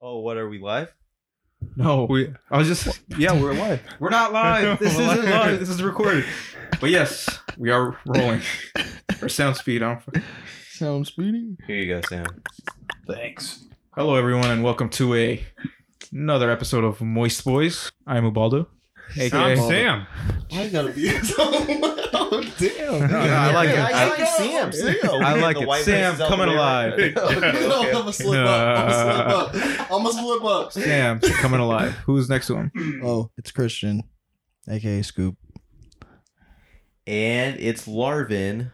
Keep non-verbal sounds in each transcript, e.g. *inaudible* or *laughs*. Oh, what are we live? No, we. I was just. Yeah, we're live. We're not *laughs* live. This isn't live. This is recorded. But yes, we are rolling. Our sound speed. I don't fuck- Sounds speedy. Here you go, Sam. Thanks. Hello, everyone, and welcome to a another episode of Moist Boys. I'm Ubaldo. AKA. Sounds Ubaldo. Sam. Why you gotta be so loud? Damn. No, I like it. Yeah, I, like Sam. Sam. I like The it. white Sam versus coming Alabama. alive. I'm gonna slip up. I'm gonna slip up. I'm gonna slip up. Sam coming alive. Who's next to him? Oh, it's Christian, aka Scoop. *laughs* And it's Larvin.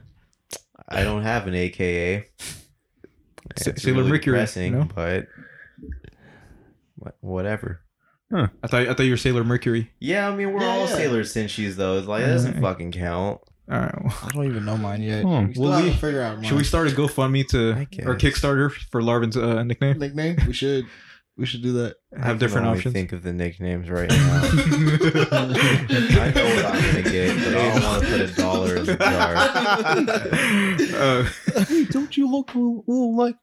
I don't have an AKA. Sa- Sailor Mercury, depressing, no? but wha- whatever. I thought. I thought you were Sailor Mercury. Yeah, I mean we're Yeah, all yeah. sailors since she's though. It's like that doesn't Alright. fucking count. All right. well, I don't even know mine yet. Hmm, we still well, haven't we- figured out mine. Uh, Should we start a GoFundMe I to guess. or Kickstarter for Larvin's uh, nickname? nickname? We should. We should do *laughs* that. I can Have different only options. Think of the nicknames right now. *laughs* I know what I'm gonna get, but I don't want to put a dollar in the jar. *laughs* *laughs* Uh, Hey, don't you look a little like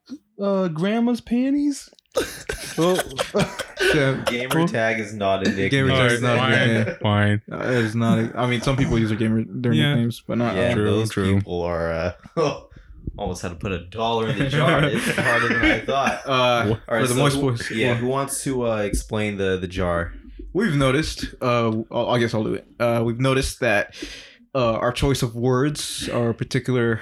uh, grandma's panties? Sam, Gamer tag is not a nickname. Gamer tag is not a fine. nickname. Fine. Uh, It's not. I mean, some people use their gamer their Yeah. nicknames, but not. Yeah, True, those true. people are uh, *laughs* almost had to put a dollar in the *laughs* jar. It's harder than I thought. Uh, All right, for the so most who- boys, Yeah, who wants to uh, explain the the jar? we've noticed. Uh, I'll- I guess I'll do it. Uh, we've noticed that uh, our choice of words, our particular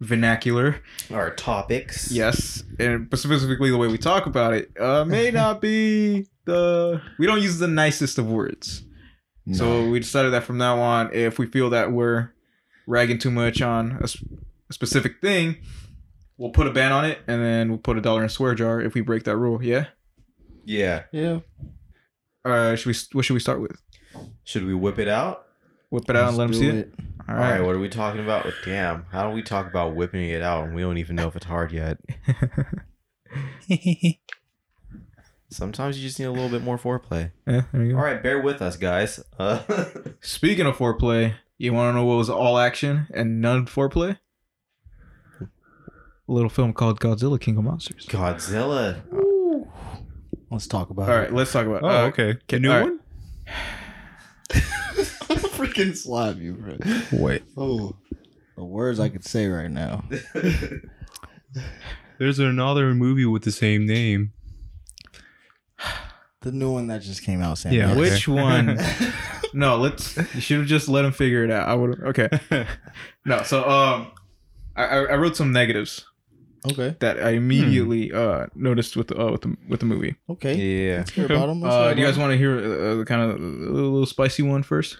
vernacular, Our topics. yes, and specifically the way we talk about it, uh, *laughs* may not be the. We don't use the nicest of words, so we decided that from now on, if we feel that we're ragging too much on a, s- a specific thing. We'll put a ban on it, and then we'll put a dollar in a swear jar if we break that rule. Yeah. Yeah. Yeah. Uh, should we? What should we start with? Should we whip it out? Whip it out and let them see it. All All right. right. What are we talking about? Damn. How do we talk about whipping it out and we don't even know if it's hard *laughs* yet? Sometimes you just need a little bit more foreplay. Yeah, there you All go. right, bear with us, guys. Uh, *laughs* Speaking of foreplay, you want to know what was all action and none foreplay? A little film called Godzilla King of Monsters. Godzilla. Let's talk about All right, let's talk about. Oh, it. Uh, okay. okay, New all right. one? I'm gonna *laughs* freaking slap you, bro. Wait. Oh, the words I could say right now. There's another movie with the same name. The new one that just came out, Sam. Yeah, That's- Okay. Which *laughs* one? no, let's. You should have just let him figure it out. I would. *laughs* Okay. No. So um, I I I wrote some negatives *laughs* okay. that I immediately uh noticed with uh with the with the movie. Okay. yeah. Let's hear about 'em. Let's Uh, hear do you guys about want to hear uh, the kind of a little spicy one first?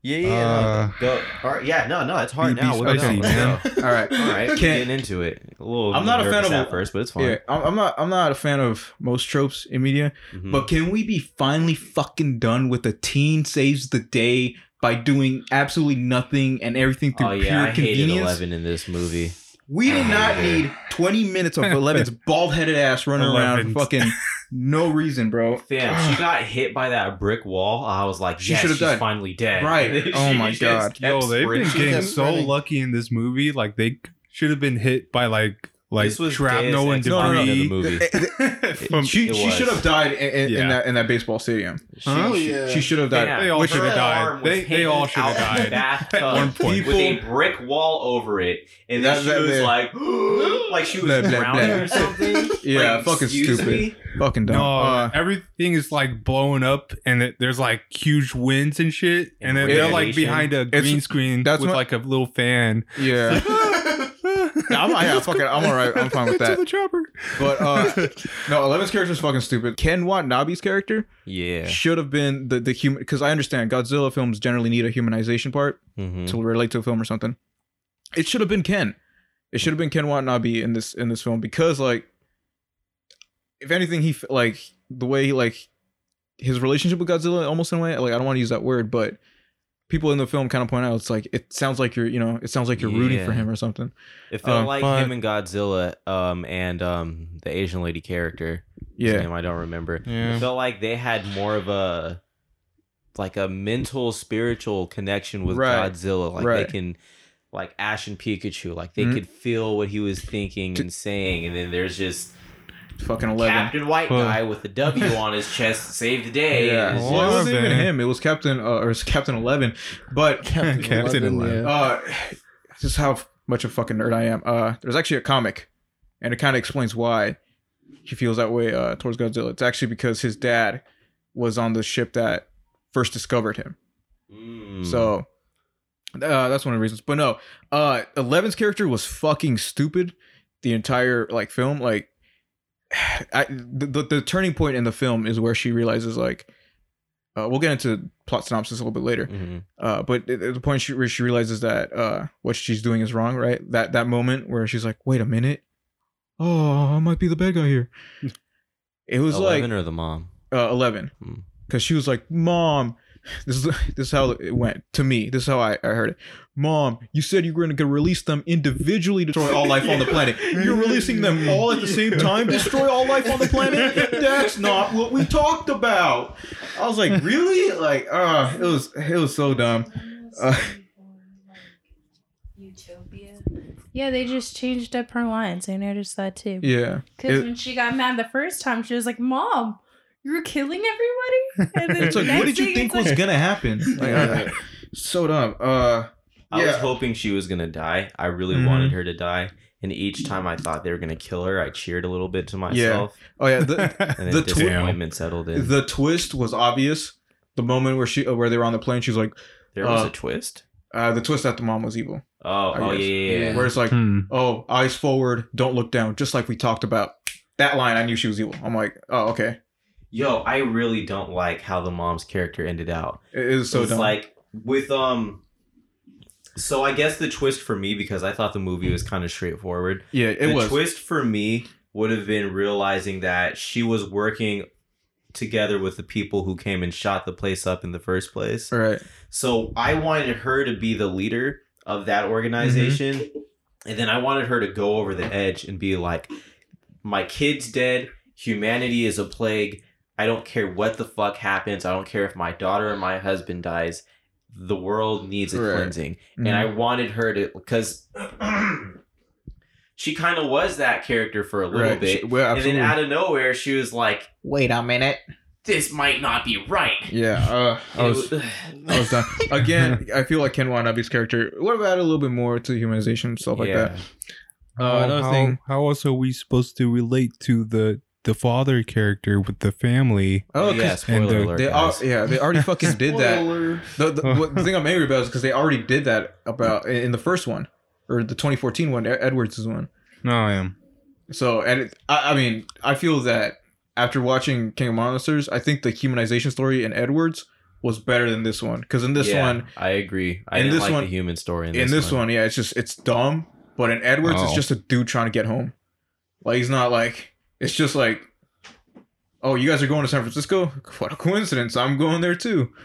Yeah, yeah. Uh, no, go. All right, yeah, no, no, it's hard be now. We're spicy, done. man. Let's All right. go. All *laughs* right, Can't- getting into it. A little. I'm not a nervous fan of at a- first, but it's fine. Yeah, I'm I'm not. I'm not a fan of most tropes in media. Mhm. But can we be finally fucking done with a teen saves the day by doing absolutely nothing and everything through oh pure yeah, I hated convenience? Eleven in this movie. We did not need 20 minutes *laughs* of Eleven's bald headed ass running around, Eleven's. fucking no reason, *laughs* bro. Fam, *sighs* she got hit by that brick wall. I was like, She yes, should've she's died. finally dead. *laughs* Right. She Oh my just God. kept Yo, they've been sprinting. getting kept so running. lucky in this movie. Like, they should have been hit by, like, like This was shrapnel Deus Ex and Machina, the debris. movie. *laughs* From- She, It she was. should have died in, in, in Yeah. that in that baseball stadium. She- Huh? Oh, she- *laughs* yeah. She should have died. Fam, They all her should've died. arm was They- they all hanging should've out of the died. bathtub *laughs* At one point. with a People- brick wall over it, and then That- she that- was that- like, *gasps* like she was Blah, blah, drowning blah. or *laughs* something. Yeah, Like, fucking excuse stupid. me? Fucking dumb. No, Uh, everything is like blowing up, and it, there's like huge winds and shit, And and, then they're like radiation. behind a It's- green screen that's with what- like a little fan. *laughs* yeah. I'm, yeah, fuck it. I'm all right. I'm fine with To that. *laughs* the chopper. But uh, no, Eleven's character is fucking stupid. Ken Watanabe's character Yeah. should have been the the human because I understand Godzilla films generally need a humanization part Mhm. to relate to a film or something. It should have been Ken. It should have been Ken Watanabe in this in this film because like, if anything, he f- like the way he like his relationship with Godzilla almost in a way like I don't want to use that word, but people in the film kind of point out it's like it sounds like you're you know it sounds like you're rooting for Yeah. him or something. It felt Uh, like but- him and Godzilla, um, and um, the Asian lady character. whose Yeah, name I don't remember. It Yeah. felt like they had more of a like a mental spiritual connection with Right. Godzilla. Like Right. they can like Ash and Pikachu, like they Mhm. could feel what he was thinking and saying, and then there's just Fucking eleven. Captain White Well. guy with the W on his chest saved the day. *laughs* Yeah, It's it wasn't even Eleven. him. It was Captain, uh, or it's Captain Eleven. But Captain, Eleven. uh, this is how much of a fucking nerd I am. Uh, there's actually a comic, and it kind of explains why he feels that way uh, towards Godzilla. It's actually because his dad was on the ship that first discovered him. Mm. So uh, that's one of the reasons. But no, uh, Eleven's character was fucking stupid the entire like film. Like, *sighs* I, the, the the turning point in the film is where she realizes like, uh, we'll get into plot synopsis a little bit later. Mhm. Uh, but at at the point she, where she realizes that uh, what she's doing is wrong, right? That that moment where she's like, wait a minute, oh, I might be the bad *laughs* guy here. It was like Eleven or the mom. uh, 11 Hmm. because she was like mom this is *laughs* this is how it went to me this is how i, I heard it mom you said you were going to release them individually to destroy all life on the planet you're releasing them all at the same time destroy all life on the planet that's not what we talked about i was like really like uh it was it was so dumb Uh, Utopia. Yeah, they just changed up her lines. I noticed that too. yeah Because It- when she got mad the first time, she was like, "Mom, you're killing everybody." *laughs* And then it's like what next did you thing, think it's was like- gonna happen like, uh, so dumb uh I was Yeah. hoping she was gonna die. I really Mhm. wanted her to die. And each time I thought they were gonna kill her, I cheered a little bit to myself. oh yeah *laughs* the, And then The tw- disappointment settled in. the twist was obvious the moment where she where they were on the plane she's like there was uh, a twist. uh, the twist that the mom was evil. Oh, I oh guess. yeah, yeah, yeah. Where it's like, Hmm. oh, eyes forward, don't look down, just like we talked about. That line, I knew she was evil. I'm like, oh, okay. Yo, I really don't like how the mom's character ended out. It is so it's dumb. like with um so I guess the twist for me because I thought the movie was kind of straightforward. yeah, it the was. twist for me would have been realizing that she was working together with the people who came and shot the place up in the first place. All right. So I wanted her to be the leader of that Mm-hmm. organization. And then I wanted her to go over the edge and be like, my kid's dead. Humanity is a plague. I don't care what the fuck happens. I don't care if my daughter or my husband dies. The world needs a Right. cleansing. Mhm. And I wanted her to, because she kind of was that character for a little Right. bit. Well, and then out absolutely. of nowhere, she was like, Wait a minute. this might not be right. Yeah. Uh, *laughs* I It was. was- I *laughs* was done. Again, I feel like Ken Wanabe's character would have added a little bit more to humanization and stuff like Yeah. that. Oh, Uh, another Oh, how, thing. How else are we supposed to relate to the the father character with the family? Oh, 'cause yeah, spoiler the- alert. They all, guys. yeah, they already fucking did *laughs* that. Spoiler. The, the, what- the thing I'm angry about is because they already did that about in in the first one or the 2014 one, E-, Edwards' one. No, I am. So, and it, I, I mean, I feel that after watching King of Monsters, I think the humanization story in Edwards was better than this one. Because in this Yeah, one, I agree. I in didn't this like one- the human story in in this, this one. yeah, it's just it's dumb. But in Edwards, it's Oh. just a dude trying to get home. Like he's not like it's just like, oh, you guys are going to San Francisco? *laughs* What a coincidence! I'm going there too. *laughs*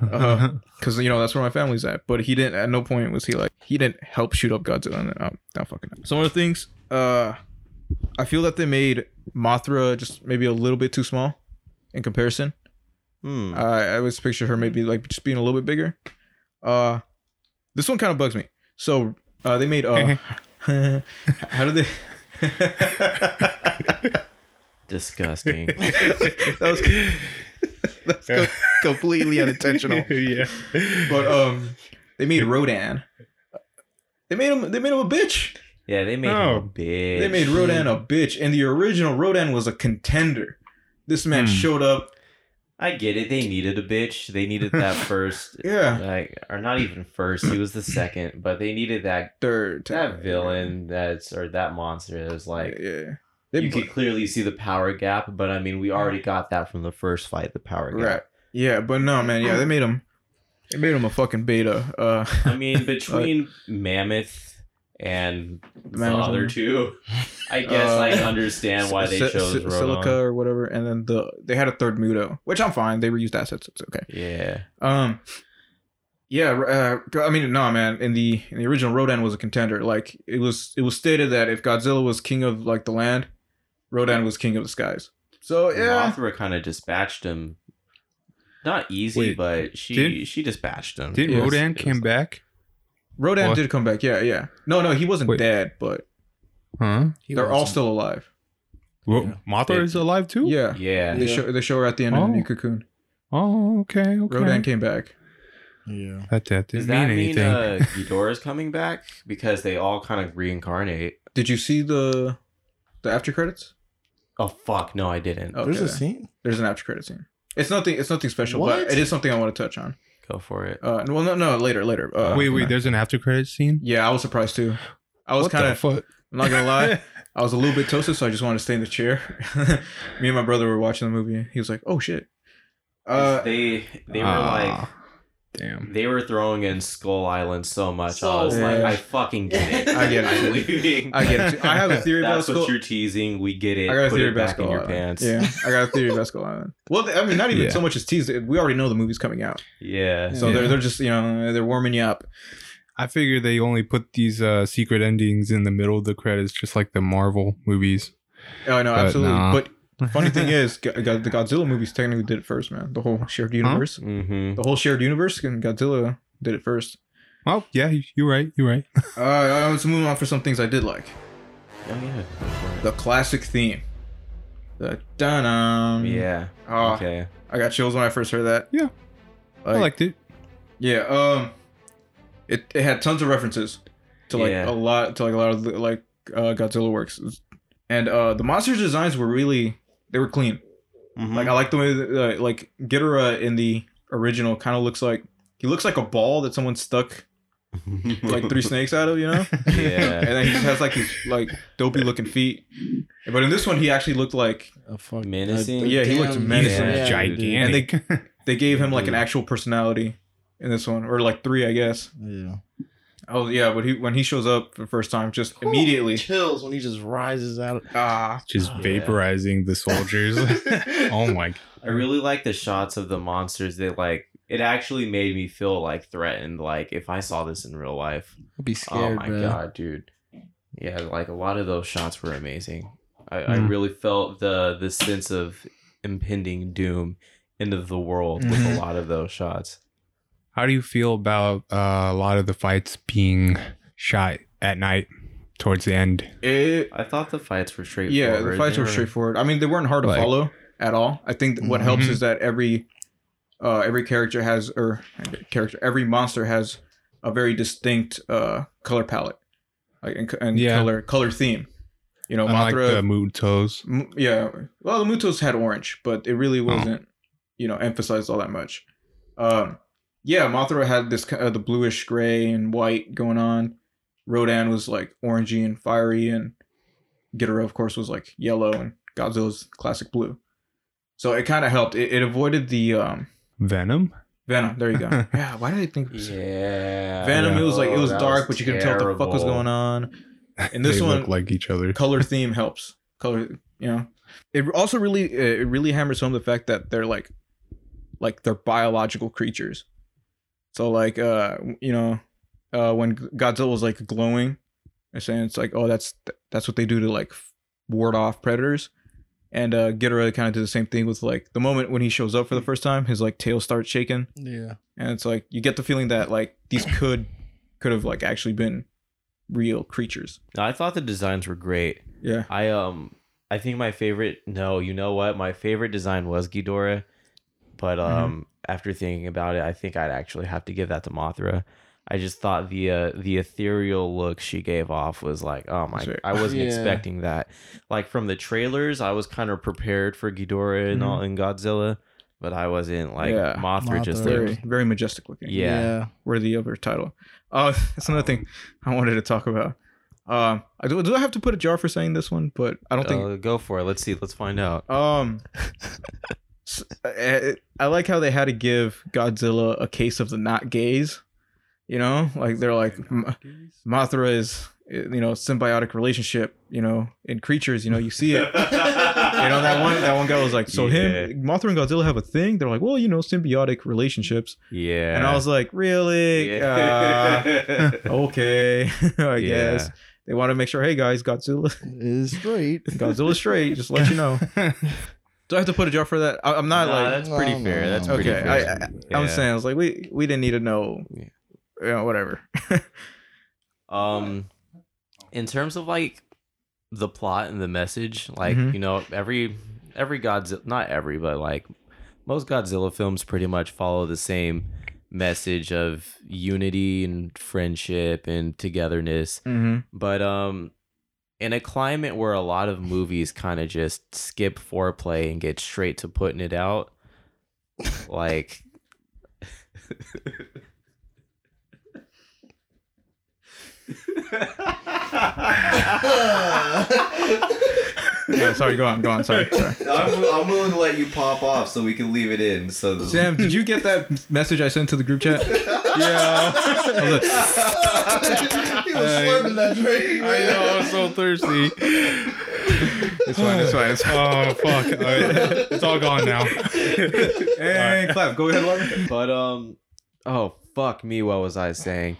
Uh, Because you know that's where my family's at. But he didn't. At no point was he like he didn't help shoot up Godzilla. And, um, not fucking. Up. Some of the things. Uh, I feel that they made Mothra just maybe a little bit too small in comparison. Hmm. I I always picture her maybe like just being a little bit bigger. Uh, this one kind of bugs me. So uh, they made uh, *laughs* how did they? *laughs* *laughs* Disgusting. that was, that was co- Oh, completely unintentional. yeah. But um, they made Rodan. They made him. They made him a bitch. yeah, they made him Oh. a bitch. They made Rodan a bitch, and the original Rodan was a contender. This man Hmm. showed up. I get it. They needed a bitch. They needed *laughs* that first. Yeah, Like, or not even first. He was the second, but they needed that third that villain that's or that monster that was like. yeah, yeah. They You put- could clearly see the power gap, but I mean, we already got that from the first fight. The power gap. Right. Yeah, but no, man. Yeah, they made him. They made him a fucking beta. Uh, I *laughs* mean, between Mammoth and the Mammoth other and- two, I guess Uh, I understand why they Si- chose Si- Rodan. Silica or whatever, and then the they had a third Muto, which I'm fine. They reused assets. It's okay. Yeah. Um, yeah. Uh, I mean, no, man. In the in the original, Rodan was a contender. Like it was it was stated that if Godzilla was king of like the land, Rodan was king of the skies. So yeah, Mothra kind of dispatched him. Not easy, Wait, but she didn't- she dispatched him. Didn't Yes. Rodan It was came like- back? Rodan What? did come back. Yeah, yeah. No, no, he wasn't Wait. dead, but Huh? they're all still alive. Well, Yeah. Mothra is alive too. Yeah. Yeah. They show they show her at the end of the new cocoon. Oh, okay. Okay. Rodan came back. Yeah. That, that didn't Does that mean mean, *laughs* anything. uh, Ghidorah's coming back because they all kind of reincarnate? Did you see the the after credits? Oh fuck! No, I didn't. Oh. There's a Okay. scene. There's an after credit scene. It's nothing. It's nothing special, What? but it is something I want to touch on. Go for it. Uh, well, no, no, later, later. Uh, *laughs* okay. wait, wait. There's an after credit scene. Yeah, I was surprised too. I was What the kind of. fuck? I'm not gonna lie. *laughs* I was a little bit toasted, so I just wanted to stay in the chair. *laughs* Me and my brother were watching the movie. He was like, "Oh shit." Uh, they *laughs* they were like Ah, damn. they were throwing in Skull Island so much. I So was like, much. I fucking get it. I get it. *laughs* I'm leaving. I get it. I have a theory about That's Skull. what you're teasing. We get it. I got a Put theory it about back in Skull your Island. pants. Yeah, I got a theory *laughs* about Skull Island. Well, I mean, not even Yeah. so much as teased. We already know the movie's coming out, Yeah. so Yeah. they're they're just you know they're warming you up. I figure they only put these uh, secret endings in the middle of the credits, just like the Marvel movies. Oh no, But absolutely. nah. But funny *laughs* thing is, Go- Go- the Godzilla movies technically did it first, man. The whole shared universe, Mm-hmm. the whole shared universe, and Godzilla did it first. Uh, oh yeah, you're right. You're right. All right, let's move on for some things I did like. Oh The classic theme. The da yeah. Yeah. Oh, okay. I got chills when I first heard that. Yeah. I Like- liked it. Yeah, um, it, it had tons of references to like Yeah. a lot to like a lot of the, like uh, Godzilla works, and uh, the monsters' designs were really they were clean. Mhm. *laughs* mm-hmm. Like I like the way that, uh, like Ghidorah in the original kind of looks like he looks like a ball that someone stuck *laughs* like three snakes out of, you know. *laughs* and yeah. then he just has like these like dopey looking feet. But in this one, he actually looked like Oh, fuck. Menacing. Yeah, he looks looked menacing. Yeah, and gigantic. they *laughs* they gave him like an Mhm. actual personality in this one, or like three, I guess. Yeah. Oh yeah, but he when he shows up for the first time, just immediately Chills when he just rises out. Of- ah just Oh, Yeah. vaporizing the *laughs* soldiers. oh my! I really like the shots of the monsters. They like it actually made me feel like threatened. Like if I saw this in real life. I'd be Oh scared, my bro. god, dude. Yeah, like a lot of those shots were amazing. I, I Mm. Mhm. really felt the the sense of impending doom, end of the world with a Mm-hmm. Mhm. lot of those shots. How do you feel about uh, a lot of the fights being shot at night towards the end? it, I thought the fights were straightforward. yeah, the fights They were straightforward. I mean, they weren't hard to Like- follow at all. I think that what helps Mhm. is that every uh every character has or character every monster has a very distinct uh color palette, like and, and Yeah. color color theme. You know, Unlike Mothra, the mood toes. M- yeah. Well, the Mutos had orange, but it Oh. really wasn't, you know, emphasized all that much. Um, yeah, Mothra had this ki- uh, the bluish gray and white going on. Rodan was like orangey and fiery, and Ghidorah, of course, was like yellow, and Godzilla's classic blue. So it kind of helped. It, it avoided the um, Venom. Venom. There *laughs* you go. yeah. Why did I think Yeah. Venom? It was like it was Oh, that dark, but you couldn't tell what the fuck was terrible. going on. In this *laughs* they one, look like each other. color theme helps color you know it also really it really hammers home the fact that they're like like they're biological creatures so like uh you know uh when godzilla was like glowing and saying it's like oh that's that's what they do to like ward off predators and uh Ghidorah kind of did the same thing with like the moment when he shows up for the first time his like tail starts shaking Yeah. and it's like you get the feeling that like these could could have like actually been real creatures No, I thought the designs were great. yeah I um I think my favorite no, you know what? My favorite design was Ghidorah. But Mm-hmm. um after thinking about it, I think I'd actually have to give that to Mothra. I just thought the uh, the ethereal look she gave off was like, oh my! That's right. I wasn't Yeah. expecting that. Like from the trailers, I was kind of prepared for Ghidorah and all and Godzilla, but I wasn't like Mm-hmm. Yeah. Mothra, just Mothra. looked. very very majestic looking Yeah. where the other title. Uh, *laughs* that's another thing I wanted to talk about. Um, I do, do I have to put a jar for saying this one? But I don't think. Uh, go for it. Let's see. Let's find out. Um, s- I, I like how they had to give Godzilla a case of the not gays. You know, like they're like "M- *laughs* Mothra is, eh, you know, symbiotic relationship. You know, in creatures, you know, you see it. You know that one. That one guy was like, so him, Mothra and Godzilla have a thing. They're like, well, you know, symbiotic relationships. Yeah. And I was like, really? Uh, Yeah. *laughs* okay, *laughs* I guess Yeah. they want to make sure. Hey guys, Godzilla, *laughs* Is *laughs* straight. Godzilla straight. Just let you know. *laughs* *laughs* Do I have to put a jar for that? I, I'm not Nah, like that's pretty No, fair. no, That's no. pretty Okay, fair. *laughs* I- I'm Yeah. saying. I was like, we we didn't need to know. Yeah. You know, whatever. Um, in terms of like the plot and the message. Like Mhm. you know, every every Godzilla, not every, but like most Godzilla films, pretty much follow the same message of unity and friendship and togetherness *laughs* Mm-hmm. but um in a climate where a lot of movies kind of just skip foreplay and get straight to putting it out like *laughs* Yeah, sorry, go on, go on. *laughs* Sorry, sorry. I'm, I'm willing to let you pop off so we can leave it in. So the- Sam, did you get that message I sent to the group *laughs* chat? Yeah. Look, he was slurping that drink. I man. know. I'm so thirsty. it's fine, it's fine. *laughs* It's fine. Oh fuck! All right. It's all gone now. *laughs* Hey, clap. *laughs* Go ahead, Lauren. but um oh fuck me what was i saying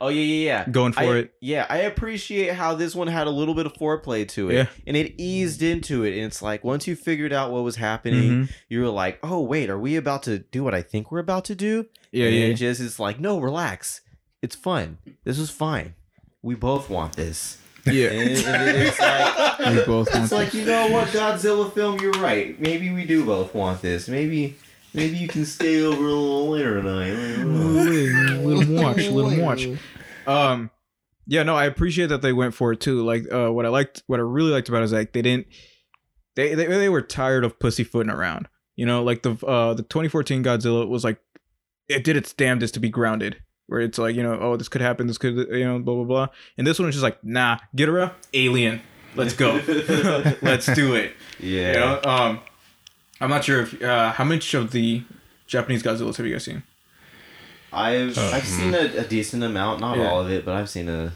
oh yeah yeah yeah Going for I- it. Yeah, I appreciate how this one had a little bit of foreplay to it. Yeah. And it eased into it. And it's like once you figured out what was happening, Mm-hmm. you were like, oh, wait, are we about to do what I think we're about to do? Yeah, and yeah. It just is like, no, relax. It's fun. This is fine. We both want this. *laughs* Yeah. And, and it's *laughs* like, We both want it's like, you know what, Godzilla film, you're right. Maybe we do both want this. Maybe maybe you can stay over a little later *laughs* tonight. little watch, little watch. Um, yeah, no, I appreciate that they went for it too. Like, uh, what I liked, what I really liked about it is like they didn't, they they, they were tired of pussyfooting around. You know, like the uh the 2014 Godzilla was like, it did its damnedest to be grounded. Where it's like, you know, oh, this could happen, this could, you know, blah blah blah. And this one is just like, nah, get her up, alien, let's go, *laughs* let's do it. yeah. You know, um, I'm not sure if uh, how much of the Japanese Godzillas have you guys seen? I've Uh, I've seen a, a decent amount, not Uh-huh. Yeah. all of it, but I've seen a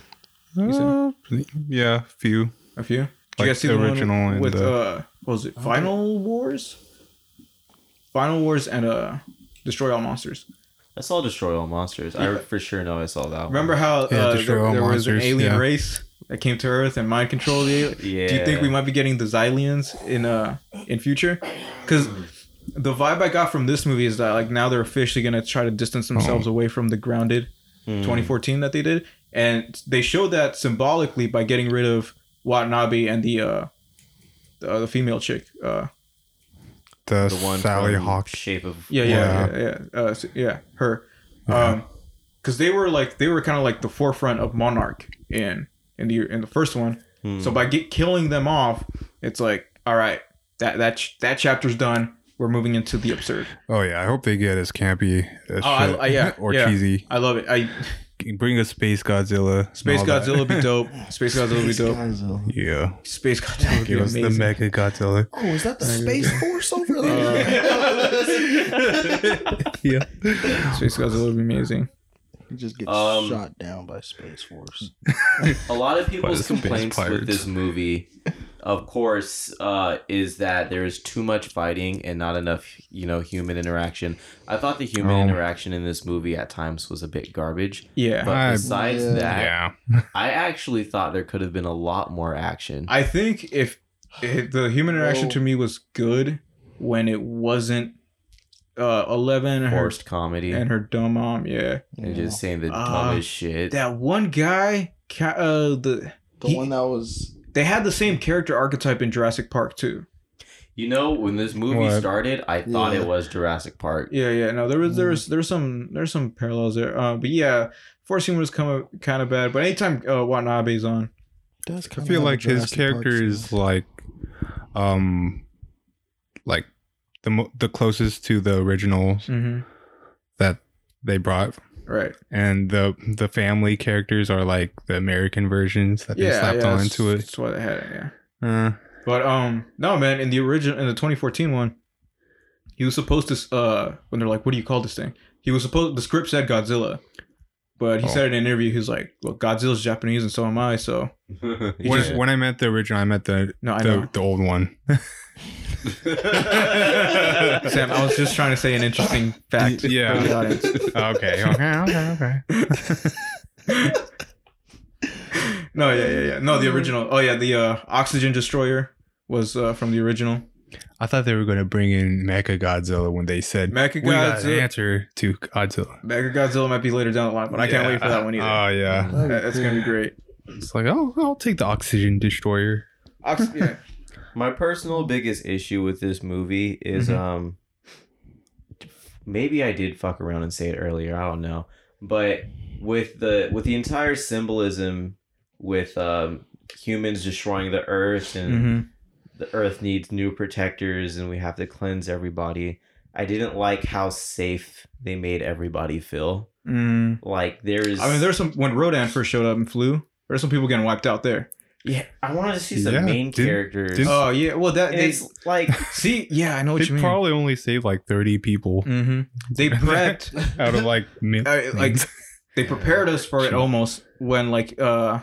Uh, yeah, few. A few. Did you Like guys see the the original original one and with the- uh, what was it? Final Wars. Final Wars and uh, Destroy All Monsters. I saw Destroy All Monsters. I for sure know I saw that. Remember how Yeah, uh, Destroy there, All there was an Monsters, alien yeah. race that came to Earth and mind controlled the alien? One. Yeah. Do you think we might be getting the Xylians in uh in future? Because the vibe I got from this movie is that like now they're officially gonna try to distance Oh. themselves away from the grounded Hmm. Mm. 2014 that they did, and they showed that symbolically by getting rid of Watanabe and the uh the, uh, the female chick. Uh, The, the one Sally from Hawk. shape of yeah, yeah, yeah, yeah, yeah. Uh, s- yeah her. Um, because they were like they were kind of like the forefront of Monarch in in the in the first one. Hmm. Mm. So by get, killing them off, it's like, all right, that that ch- that chapter's done. We're moving into the absurd. Oh yeah, I hope they get as campy as Oh, I- shit. I- yeah, *laughs* or yeah. cheesy. I love it. I Bring a space Godzilla. and Space all that. Godzilla would *laughs* be dope. Space Godzilla would be dope. Yeah, Space Godzilla would be give us the amazing. Mega Godzilla. Oh, is that the Space Force over there? *laughs* Uh, Hmm. *laughs* Yeah, Space Godzilla would be amazing. He just gets Um, shot down by Space Force. a lot of people's Pirates and Space complaints with Pirates. this movie, of course, uh, is that there is too much fighting and not enough, you know, human interaction. I thought the human Oh. interaction in this movie at times was a bit garbage. Yeah, But I- besides Yeah. that, yeah. I actually thought there could have been a lot more action. I think if, if the human interaction Whoa. to me was good when it wasn't uh Eleven and her, Forced comedy and and, her dumb mom. Yeah, just saying the Uh, dumbest shit. that one guy. ca- Uh, the the he- one that was they had the same character archetype in Jurassic Park too. You know, when this movie What? started, I thought Yeah. it was Jurassic Park. *laughs* Yeah, yeah. No, there was there Mm. was there's some there's some parallels there. Uh, but yeah, forcing was kind of kind of bad. But anytime uh, Watanabe's on, does I kinda feel have a like his Jurassic Park character feel. is like, um, like the mo- the closest to the originals Mm-hmm. that they brought, right? and the the family characters are like the American versions that they yeah, slapped yeah, on that's- into it. That's why they had it. Yeah. Uh, But um, no, man. In the original, in the 2014 one, he was supposed to s- uh, when they're like, "What do you call this thing?" He was supposed. The script said Godzilla, but he Oh. said in an interview, he was like, "Well, Godzilla's Japanese, and so am I." So He when, just- when I met the original, I met the no, I the, know. the old one. *laughs* Sam, I was just trying to say an interesting *laughs* fact. Yeah. For the audience. *laughs* okay, okay, okay, okay. No, yeah, yeah, yeah. No, the original. Oh yeah, the uh, oxygen destroyer was uh, from the original. I thought they were going to bring in Mecha Godzilla when they said Mecha we got an Godzilla. answer to Godzilla. Mecha Godzilla might be later down the line, but I can't wait for that one either. Oh yeah, That'd be That- That's cool. gonna be great. It's like, oh, I'll take the oxygen destroyer. Ox- *laughs* yeah. My personal biggest issue with this movie is Mhm. um maybe I did fuck around and say it earlier, I don't know. But with the with the entire symbolism with um humans destroying the earth and Mm-hmm. Mhm. the earth needs new protectors and we have to cleanse everybody. I didn't like how safe they made everybody feel. Mm-hmm. Mm. Like there is I mean, there's some when Rodan first showed up and flew. There's some people getting wiped out there. Yeah, I wanted to see some Yeah, main didn't- characters. didn't- Oh yeah, well that and they, it's like see, yeah, I know what It you mean. probably only saved like 30 people hmm *laughs* They prepped, out of *laughs* like mil- uh, like they prepared us for it almost when like uh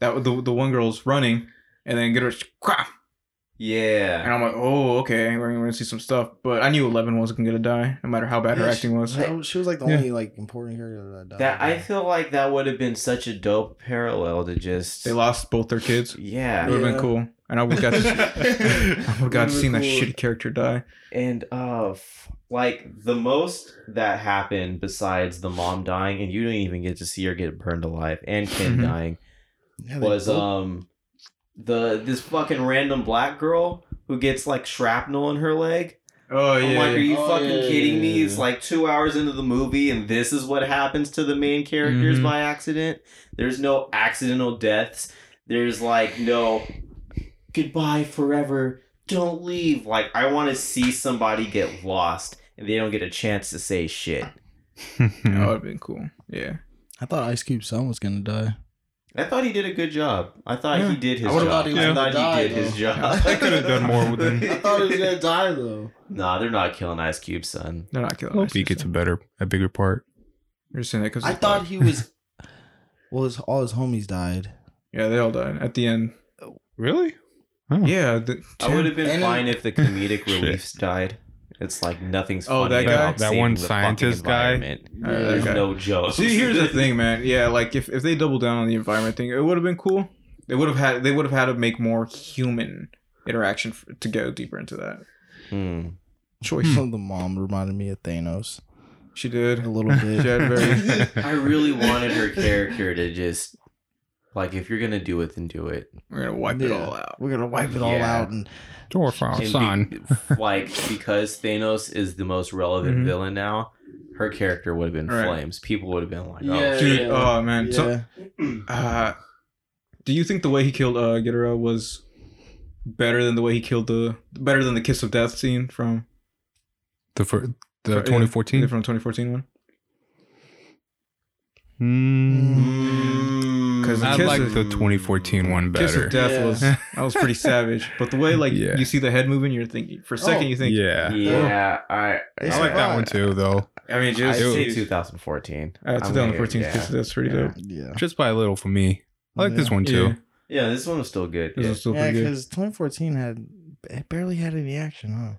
that the the one girl's running and then get her crap and yeah. I'm like, oh okay, we're gonna see some stuff. But I knew Eleven wasn't gonna die, no matter how bad her Yeah, acting was. That was- she was like the Yeah. only like important character that died. That I feel like that would have been such a dope parallel to just They lost both their kids. It yeah. would have been Yeah. cool, and I would got *laughs* to, *laughs* I would got Would've to seen that been cool. shitty character die. And uh f- like the most that happened besides the mom dying and you didn't even get to see her get burned alive and Ken Mhm. dying Yeah, they was both- um the this fucking random black girl who gets like shrapnel in her leg. Oh I'm like, are yeah, you Oh, fucking yeah, yeah, kidding me? yeah, It's yeah. like two hours into the movie, and this is what happens to the main characters Mm-hmm. Mhm. by accident. There's no accidental deaths. There's like no goodbye forever. Don't leave. Like I want to see somebody get lost, and they don't get a chance to say shit. that Mm-hmm. would have been cool. Yeah, I thought Ice Cube's son was gonna die. I thought he did a good job. I thought Yeah. he did his I would've job. thought he was I gonna thought die, he did his though. job. I could've done more with him. *laughs* *laughs* I thought he was gonna die though. Nah, they're not killing Ice Cube, son. they're not killing. I us, hope he gets a better, a bigger part. You're saying that because I thought he was. *laughs* Well, his, all his homies died. Yeah, they all died at the end. Really? Oh. Hmm. Yeah, the, I would have been And- fine if the comedic *laughs* Shit. reliefs died. It's like nothing's Oh, funny that guy? about That saving one the fucking scientist guy? environment. All right, There's okay. Um, no joke. See, here's *laughs* the thing, man. Yeah, like if, if they double down on the environment thing, it would have been cool. They would have had they would have had to make more human interaction f to go deeper into that Hmm. choice. Some of the mom reminded me of Thanos She did. a *laughs* little bit. She had very. *laughs* I really wanted her character to just like if you're gonna do it, then do it. We're gonna wipe it Yeah. all out. *laughs* We're gonna wipe it all Yeah. out and Dwarf our And son. be- *laughs* like because Thanos is the most relevant Mhm. Mm-hmm. villain now, her character would have been Right. flames. People would have been like, "Oh, Yeah. Dude, oh man. So, yeah. uh, do you think the way he killed uh, Ghidorah was better than the way he killed the better than the kiss of death scene from The fir- Yeah. the 2014. from 2014 one? Mm, Because I Kiss like of- the 2014 one Kiss better. of death Yeah. was that was pretty savage. But the way like Yeah. you see the head moving, you're thinking for a second Oh. you think yeah, Yeah, I I like that one too, though. I I mean, just say 2014. uh, I'm weird, 2014 yeah. because that's pretty dope. Yeah. Just by a little for me. I like this one Yeah, too. Yeah, this one was still good. this yeah. is still Yeah, pretty good. because 2014 had it barely had any action, huh?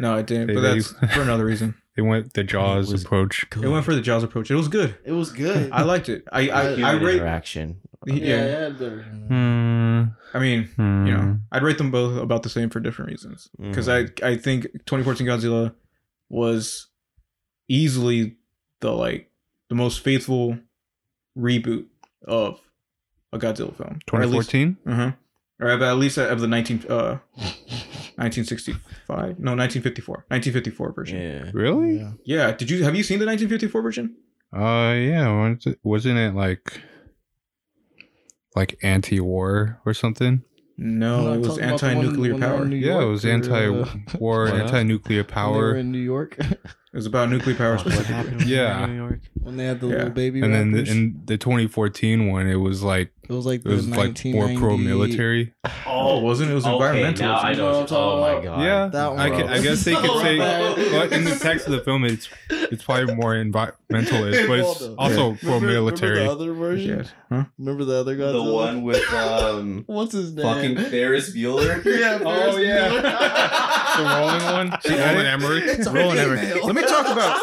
No, it didn't. They- But that's they- for another reason. They went the Jaws It was- approach. Good. It went for the Jaws approach. It was good. It was good. *laughs* I liked it. I I, I Human rate. interaction. Yeah, it had better. Mm, I mean, mm. you know, I'd rate them both about the same for different reasons. Because I I think 2014 Godzilla was easily the like the most faithful reboot of a Godzilla film. Or at least- 2014. Uh-huh. Or at- at least of the 19 uh 1965? No, 1954. 1954 version. Yeah. Yeah. *laughs* Really? Yeah. Did you have you seen the 1954 version? Uh, yeah. wasn't it- Wasn't it like like anti-war or something? No, it I'm not was talking about the one- anti-nuclear one power. in New It yeah, it York was or, uh, anti-war, What? when anti-nuclear they were power, in New *laughs* York was about nuclear power Oh, specifically. Yeah. New York? when they had the Yeah. little baby. and then the, rappers. in the 2014 one, it was like it was like it was the like more 1990 pro-military. Oh, it wasn't it? It was environmental. now I You know know. what what I'm you- Oh my talking god. yeah, That one. I, can, I guess they could say, *laughs* but in the text of the film, it's it's probably more environmentalist, but it's Waldo. *laughs* also Remember- pro-military. Remember the other version? Yes. Huh? Remember the other Godzilla? The one with *laughs* um What's his name? fucking Ferris Bueller. *laughs* yeah. Oh, Ferris yeah. *laughs* Bueller. The Roland *laughs* one, Roland Emmerich. *laughs* It's Roland already Emmerich. male. Let me talk about-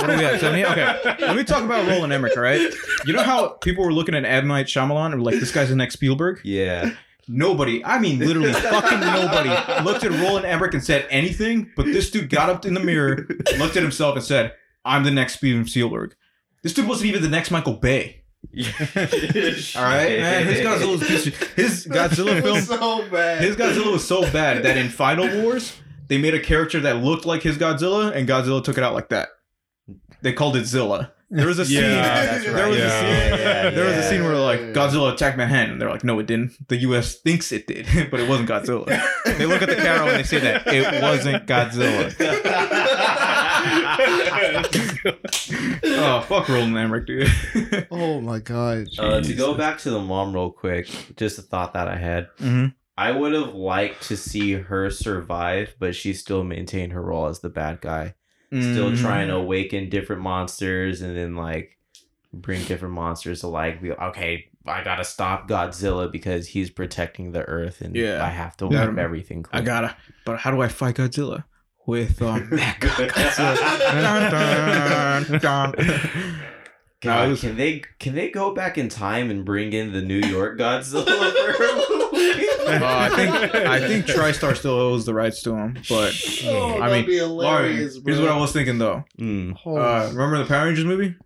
What do we have, 70? Okay. Let me talk about Roland Emmerich, all right? You know how people were looking at M. Night Shyamalan and were like, this guy's the next Spielberg? *laughs* Yeah. Nobody, I mean literally fucking nobody, looked at Roland Emmerich and said anything, but this dude got up in the mirror, looked at himself and said, I'm the next Steven Spielberg. This dude wasn't even the next Michael Bay. *laughs* All right, *laughs* man. His Godzilla was piece of- his Godzilla It was film. so bad. His *laughs* Godzilla was so bad that in Final Wars they made a character that looked like his Godzilla, and Godzilla took it out like that. They called it Zilla. There was a scene. *laughs* Yeah, that's There right. was Yeah. a scene. There was a scene where like Godzilla attacked Manhattan, and they're like, "No, it didn't. The U.S. thinks it did, *laughs* but it wasn't Godzilla." they look at the camera and they say that it wasn't Godzilla. *laughs* *laughs* Oh fuck, Roland Emmerich, *laughs* dude. oh my god. Uh, to go back to the mom real quick, just a thought that I had. Mhm. I would have liked to see her survive, but she still maintained her role as the bad guy, Mm. still trying to awaken different monsters and then like bring different monsters to like be okay. I gotta stop Godzilla because he's protecting the Earth, and Yeah. I have to Yeah. wipe everything I clean. gotta. But how do I fight Godzilla? With um, God, No, it was- can they can they go back in time and bring in the New York Godzilla? for a movie? Uh, I think I *laughs* think TriStar still owes the rights to him, *laughs* *laughs* but mm. Oh, I that'd mean, be Lauren, hilarious, Oh. here's what I was thinking though. Mm, Holy Uh, remember the Power Rangers movie?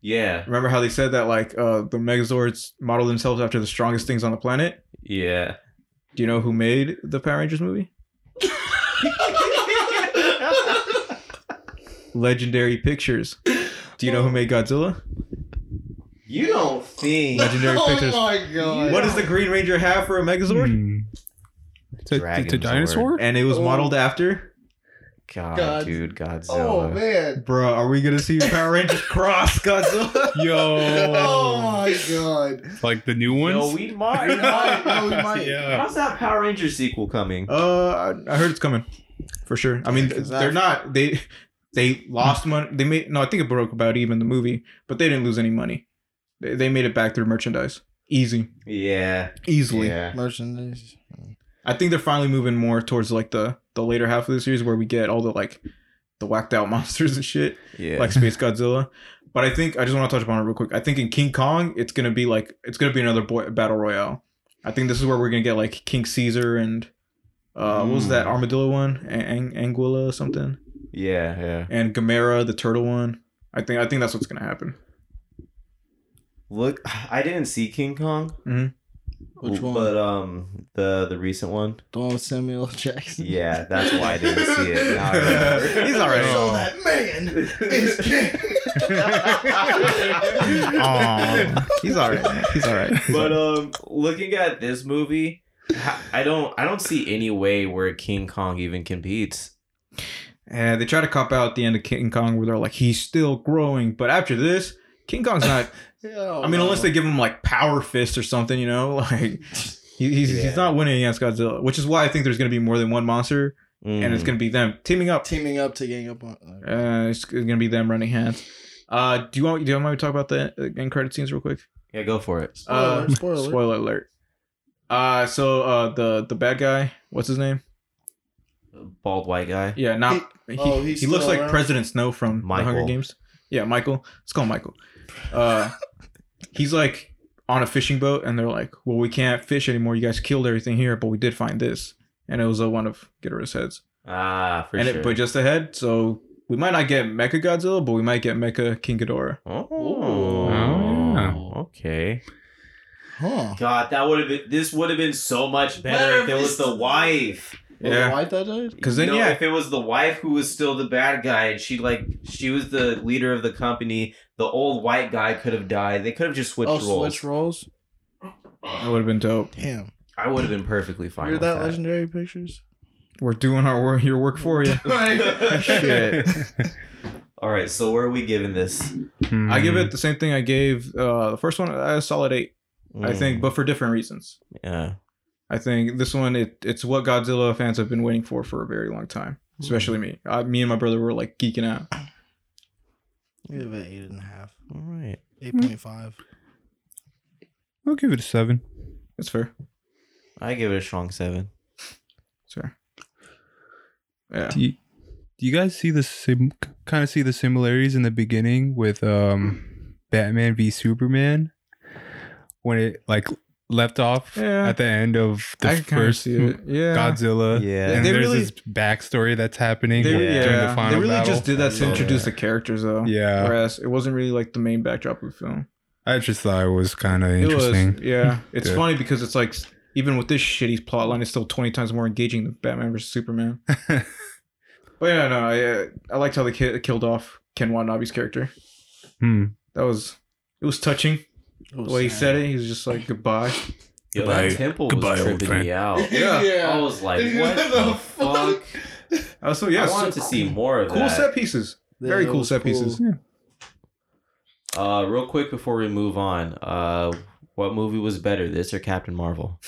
yeah, Remember how they said that like uh, the Megazords model themselves after the strongest things on the planet? yeah. Do you know who made the Power Rangers movie? Legendary Pictures. Do you know who made Godzilla? You don't think Legendary oh Pictures. my god. What does the Green Ranger have for a Megazord? Hmm. To, to, to Dragonzord. dinosaur? And it was Oh. modeled after. God, God. dude, Godzilla. Oh man. Bruh, are we gonna see Power Rangers cross Godzilla? Oh *laughs* *laughs* Yo, my god. like the new ones. Yo, we might. We might, no, we might. *laughs* yeah. How's that Power Ranger sequel coming? *laughs* Uh, I I heard it's coming, for sure. I mean, Yeah, 'cause they're that- not they they lost money. They made no, I think it broke about even the movie, but they didn't lose any money. They, they made it back through merchandise, easy, yeah, easily. yeah. Merchandise. I think they're finally moving more towards like the the later half of the series where we get all the like the whacked out *laughs* monsters and shit, yeah. like Space Godzilla. But I think I just want to touch upon it real quick. I think in King Kong, it's gonna be like it's gonna be another boy, battle royale. I think this is where we're gonna get like King Caesar and uh, what was that Mm. armadillo one, Ang- Ang- Anguilla or something, yeah, yeah. and Gamera the turtle one. I think I think that's what's gonna happen. Look, I didn't see King Kong, Mm-hmm. Which one? but um, the the recent one. the one with Samuel Jackson. Yeah, that's why I didn't see *laughs* it. Now I remember. He's already. So that man is king. Aw. he's all right. He's all right. He's all *laughs* but right. um looking at this movie i don't i don't see any way where king kong even competes And they try to cop out at the end of King Kong where they're like, he's still growing. But after this, King Kong's *laughs* not. I mean, unless they give him like Power Fist or something, you know? *laughs* Like, he, he's, Yeah. he's not winning against Godzilla, which is why I think there's going to be more than one monster and Mm. Mm, it's going to be them teaming up. teaming up to gang up on. uh, Uh, it's going to be them running hands. Uh, do you want do you want me to talk about the uh, end credit scenes real quick? yeah go for it Uh, spoiler. Spoiler, alert. alert. Uh, so uh, the the bad guy, what's his name? bald white guy Yeah, not he. oh, he he's looks still like around? President Snow from The Hunger Michael. Games. Yeah, Michael. Let's call him Michael. *laughs* Uh, he's like on a fishing boat, and they're like, "Well, we can't fish anymore. You guys killed everything here, but we did find this, and it was uh, one of Ghidorah's heads, ah for and sure it but just a head. So we might not get Mecha Godzilla, but we might get Mecha King Ghidorah. oh, yeah. okay Huh. god that would have been this would have been so much better if it was the wife Oh, Yeah, Why that died? 'Cause then, No, yeah. if it was the wife who was still the bad guy and she like she was the leader of the company the old white guy could have died they could have just switched oh, roles switch roles. that would have been dope. Damn. i would have been perfectly fine You're with that, that. legendary pictures. We're doing our work, your work for *laughs* you. *laughs* Shit. *laughs* All right, so where are we giving this? Hmm. I give Mm-hmm. it the same thing I gave uh, the first one. A solid eight, I Mm. think, but for different reasons. Yeah. I think this one it it's what Godzilla fans have been waiting for for a very long time, especially me. I, me and my brother were like geeking out. You have an eight and a half. All right. Eight point five. I'll give it a seven. That's fair. I give it a strong seven. That's fair. Yeah. Do you, do you guys see the sim, kind of see the similarities in the beginning with um Batman v Superman when it like left off Yeah. at the end of the I can kind of first see it. Yeah. Godzilla. Yeah. and They there's really- this backstory that's happening They, Yeah. yeah, during the final they really battle. just did that to Yeah. introduce the characters, though. yeah, Whereas it wasn't really like the main backdrop of the film. I just thought it was kind of It was, interesting. *laughs* yeah. It's Yeah. funny because it's like even with this shitty plotline, it's still twenty times more engaging than Batman versus Superman. *laughs* but yeah, no, I, uh, I liked how they ki- killed off Ken Watanabe's character. Hmm. That was it was touching the way he said it. He was just *laughs* like goodbye. Yo, Goodbye- that temple goodbye, was old tripping friend. me out. *laughs* Yeah. I was like, Dude, what what the the fuck? fuck? Uh, so yeah, I wanted so- to see more of cool that. set pieces. Very cool set pieces. Uh, real quick before we move on, uh, what movie was better, this or Captain Marvel?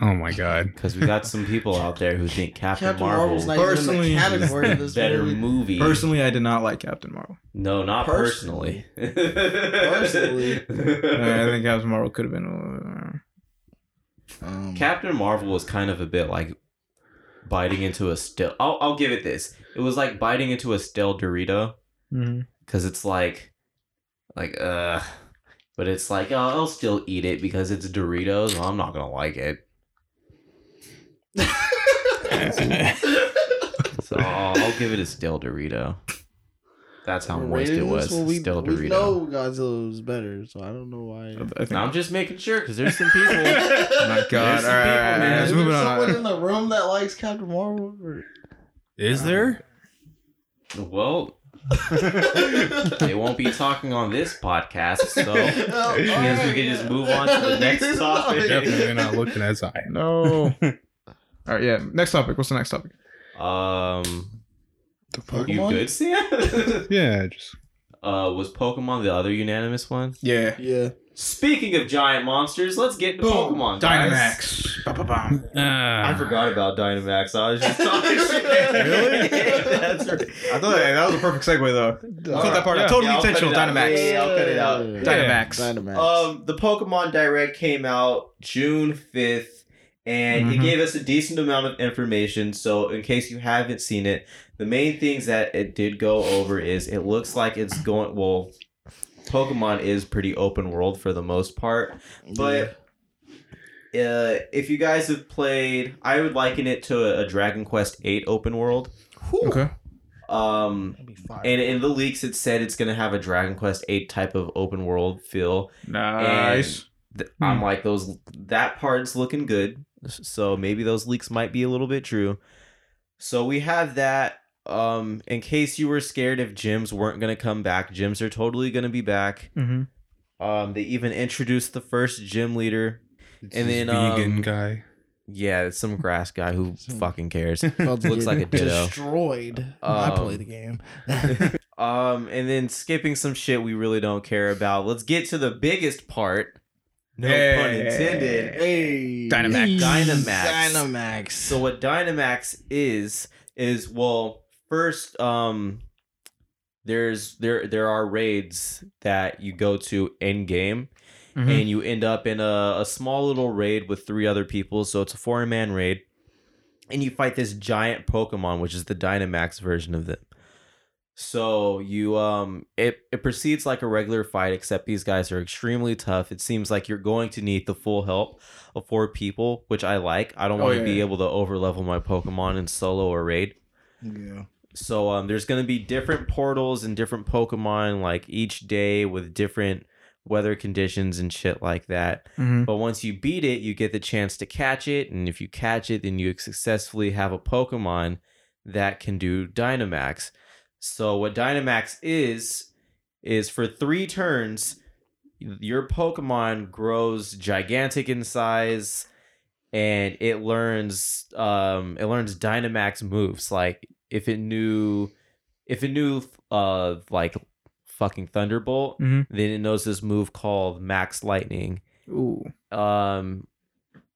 Oh my god. Because we got some people out there who think Captain, Captain Marvel Marvel's is not even Personally- in the category *laughs* of this better movie. movie. Personally, I did not like Captain Marvel. *laughs* no, not Personally. personally. *laughs* Personally. I think Captain Marvel could have been. uh, Um, Captain Marvel was kind of a bit like biting into a still. I'll, I'll give it this. It was like biting into a stale Dorito Mm-hmm. because it's like, like uh, but it's like oh, I'll still eat it because it's Doritos. Well, I'm not gonna like it, so I'll, Oh, I'll give it a stale Dorito. That's how moist it Rated this? was. Well, we, stale we Dorito. know Godzilla was better, so I don't know why. I think. No, *laughs* I'm just making sure because there's some people. my There's God! All some people, right, all man. right, let's Is move there it someone on. in the room that likes Captain Marvel? Or... Is there? well, they won't be talking on this podcast, so. Well, I guess we alright, can just yeah. move on to the next topic. Definitely not looking as I. No. *laughs* all right, yeah. Next topic. What's the next topic? Um, The you Pokemon? good, Sam? *laughs* Yeah, just uh, was Pokemon the other unanimous one? Yeah. *laughs* Yeah. Speaking of giant monsters, let's get to Pokemon. guys. Dynamax. Ba-ba-bam. I forgot about Dynamax. I was just talking shit. Really? *laughs* That's right. *laughs* I thought that, that was a perfect segue, though. I thought that part Yeah. totally Yeah, I'll cut intentional. it out. Dynamax. Yeah, I'll cut it out. Dynamax. Dynamax. Um, the Pokemon Direct came out June fifth, and it Mhm. gave us a decent amount of information. So, in case you haven't seen it, the main things that it did go over is it looks like it's going well. Pokemon is pretty open world for the most part, but uh, if you guys have played, I would liken it to a Dragon Quest Eight open world. Okay. Um, That'd be fire. and in the leaks, it said it's gonna have a Dragon Quest Eight type of open world feel. Nice. Th- I'm like those that part's looking good. So maybe those leaks might be a little bit true. So we have that um in case you were scared if gyms weren't going to come back, gyms are totally going to be back. Mm-hmm. Um they even introduced the first gym leader. and then, then vegan um, guy. Yeah, it's some grass guy who fucking cares. About to looks get like a ditto. Destroyed. I Um, play *laughs* the game. um and then skipping some shit we really don't care about. Let's get to the biggest part. No pun Yeah. intended. Hey. Dynamax. Dynamax. Dynamax. So what Dynamax is is well first um there's there there are raids that you go to in game Mhm. and you end up in a, a small little raid with three other people so it's a four man raid and you fight this giant Pokemon which is the Dynamax version of them. So you um it, it proceeds like a regular fight, except these guys are extremely tough. It seems like you're going to need the full help of four people, which I like. I don't Oh, want to yeah, be yeah. able to overlevel my Pokemon in solo or raid. Yeah. So um there's gonna be different portals and different Pokemon like each day with different weather conditions and shit like that. Mhm. But once you beat it, you get the chance to catch it. And if you catch it, then you successfully have a Pokemon that can do Dynamax. So, what Dynamax is, is for three turns, your Pokemon grows gigantic in size and it learns um it learns dynamax moves like if it knew if it knew uh like fucking thunderbolt Mhm. then it knows this move called max lightning Mm-hmm. Ooh. um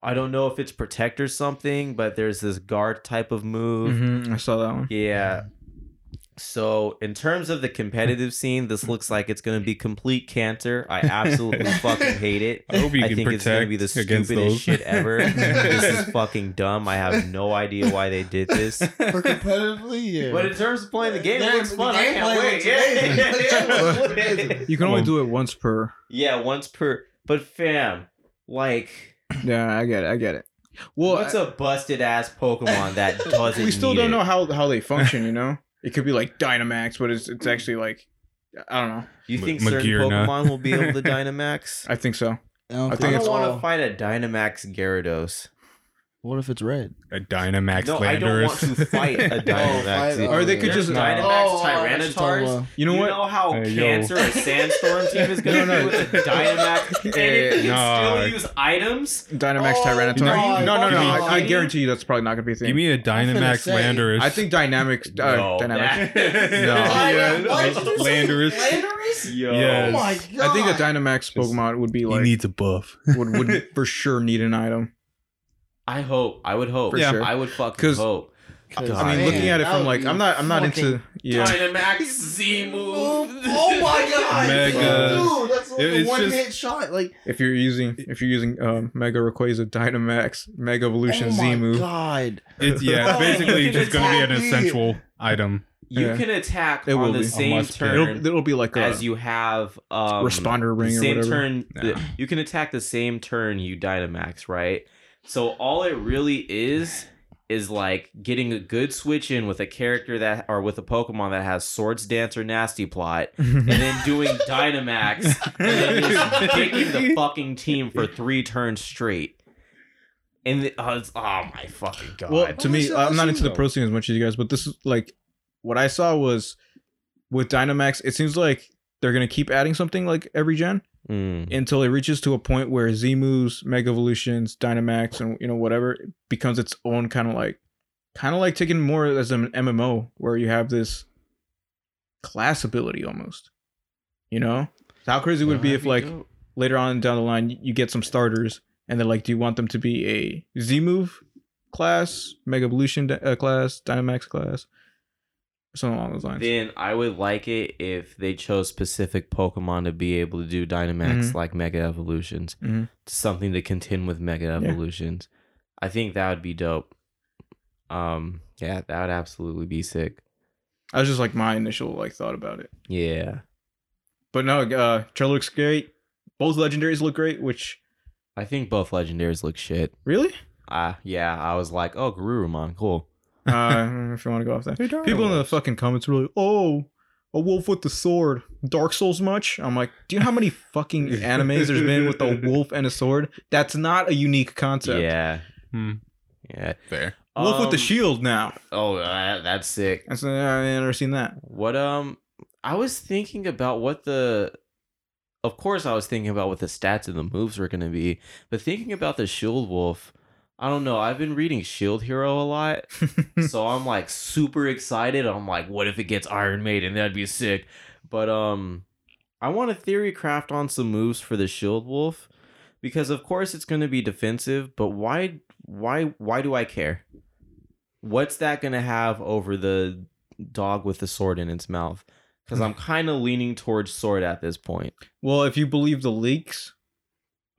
i don't know if it's protect or something but there's this guard type of move Mm-hmm. Mhm. I saw that one. yeah so in terms of the competitive scene this looks like it's going to be complete canter i *laughs* absolutely fucking hate it I hope you I can think it's gonna protect be the against stupidest those. shit *laughs* *laughs* ever. this is fucking dumb. I have no idea why they did this. *laughs* For competitively, yeah. But in terms of playing the game, Yeah, it looks the fun. I gameplay can't wait. *laughs* looks Yeah, amazing. You can Come um, only on. do it once per. yeah, once per. But fam, like Yeah, I get it. I get it. Well, What's a busted ass *laughs* Pokemon that doesn't? we still need don't it? know how how they function. You know, it could be like Dynamax, but it's it's actually like I don't know. You Ma- think certain Magearna. Pokemon will be *laughs* able to Dynamax? I think so. don't I I think don't it's want to fight a Dynamax Gyarados. What if it's red? A Dynamax No, I don't want Landorus. to fight a Dynamax. fight, uh, Or they could There's just- Dynamax Oh, I was talking Tyranitars. about- You know you what? know how Hey, yo. cancer a sandstorm team is going to *laughs* No, no. do with a *laughs* Dynamax, and if Hey, you no. still use items, Dynamax Oh, Tyranitar. no, no, no, no. fucking I, I idiot. guarantee you that's probably not gonna be a thing. *laughs* Give me a gonna Dynamax say- Landorus. I think dynamics. Uh, no, *laughs* dynamics. that- *laughs* No. Dyna- Yeah, what? Did you say Landorus. Landorus? Yo. Yeah. Oh my Yes. god. I think a Dynamax Pokemon would be he like needs a buff. *laughs* would would for sure need an item. I hope. I would hope. For Yeah. sure. I would fucking 'Cause- hope. I mean, God, looking man, at it from like I'm not I'm not into yeah. *laughs* Dynamax Z move. Oh my god. Mega. Dude, that's like It- a it's one just- hit shot. Like, If you're using if you're using um, Mega Rayquaza, Dynamax, Mega Evolution, oh Z my move. god. It's yeah, Oh, basically it's just gonna be an happy. essential *laughs* item. You Yeah. can attack It will on the be. A same must pick. turn It'll, it'll be like a as you have um, responder the ring or same whatever. turn. Nah. You can attack the same turn you Dynamax, right? So all it really is is like getting a good switch in with a character that or with a Pokemon that has Swords Dance or Nasty Plot, and then doing Dynamax and then just kicking the fucking team for three turns straight. And the, uh, it's- oh my fucking god! Well, to Holy me, shit, I'm I've not seen into the those. pro scene as much as you guys, but this is like what I saw was with Dynamax. It seems like they're gonna keep adding something like every gen Mm. until it reaches to a point where Zemu's, Mega Evolutions, Dynamax, and you know whatever becomes its own kind of like, kind of like taking more as an MMO where you have this class ability almost. You know, how crazy would it be if like later on down the line you get some starters and they're like do you want them to be a z move class mega evolution uh, class dynamax class something along those lines then I would like it if they chose specific Pokemon to be able to do Dynamax Mm-hmm. like Mega Evolutions, Mhm. something to contend with Mega Evolutions. I think that would be dope. Um, yeah, that would absolutely be sick. i was just like my initial like thought about it Yeah, but no uh trailer looks great both legendaries look great which I think both legendaries look shit. really Uh, yeah, I was like, oh, Garurumon, cool. uh *laughs* if you want to go off that people in the fucking comments were like oh a wolf with the sword dark souls much i'm like do you know *laughs* how many fucking animes there's been with a wolf and a sword that's not a unique concept Yeah, Hmm. yeah. Fair. wolf with the Um, shield now Oh, that, that's sick. That's, I never seen that. What um I was thinking about what the of course I was thinking about what the stats and the moves were gonna be, but thinking about the Shield Wolf, I don't know. I've been reading Shield Hero a lot, so I'm like super excited. I'm like, what if it gets Iron Maiden? That'd be sick. But um I want to theory craft on some moves for the Shield Wolf because of course it's gonna be defensive, but why why why do I care? What's that gonna have over the dog with the sword in its mouth because *laughs* I'm kind of leaning towards sword at this point. Well, if you believe the leaks,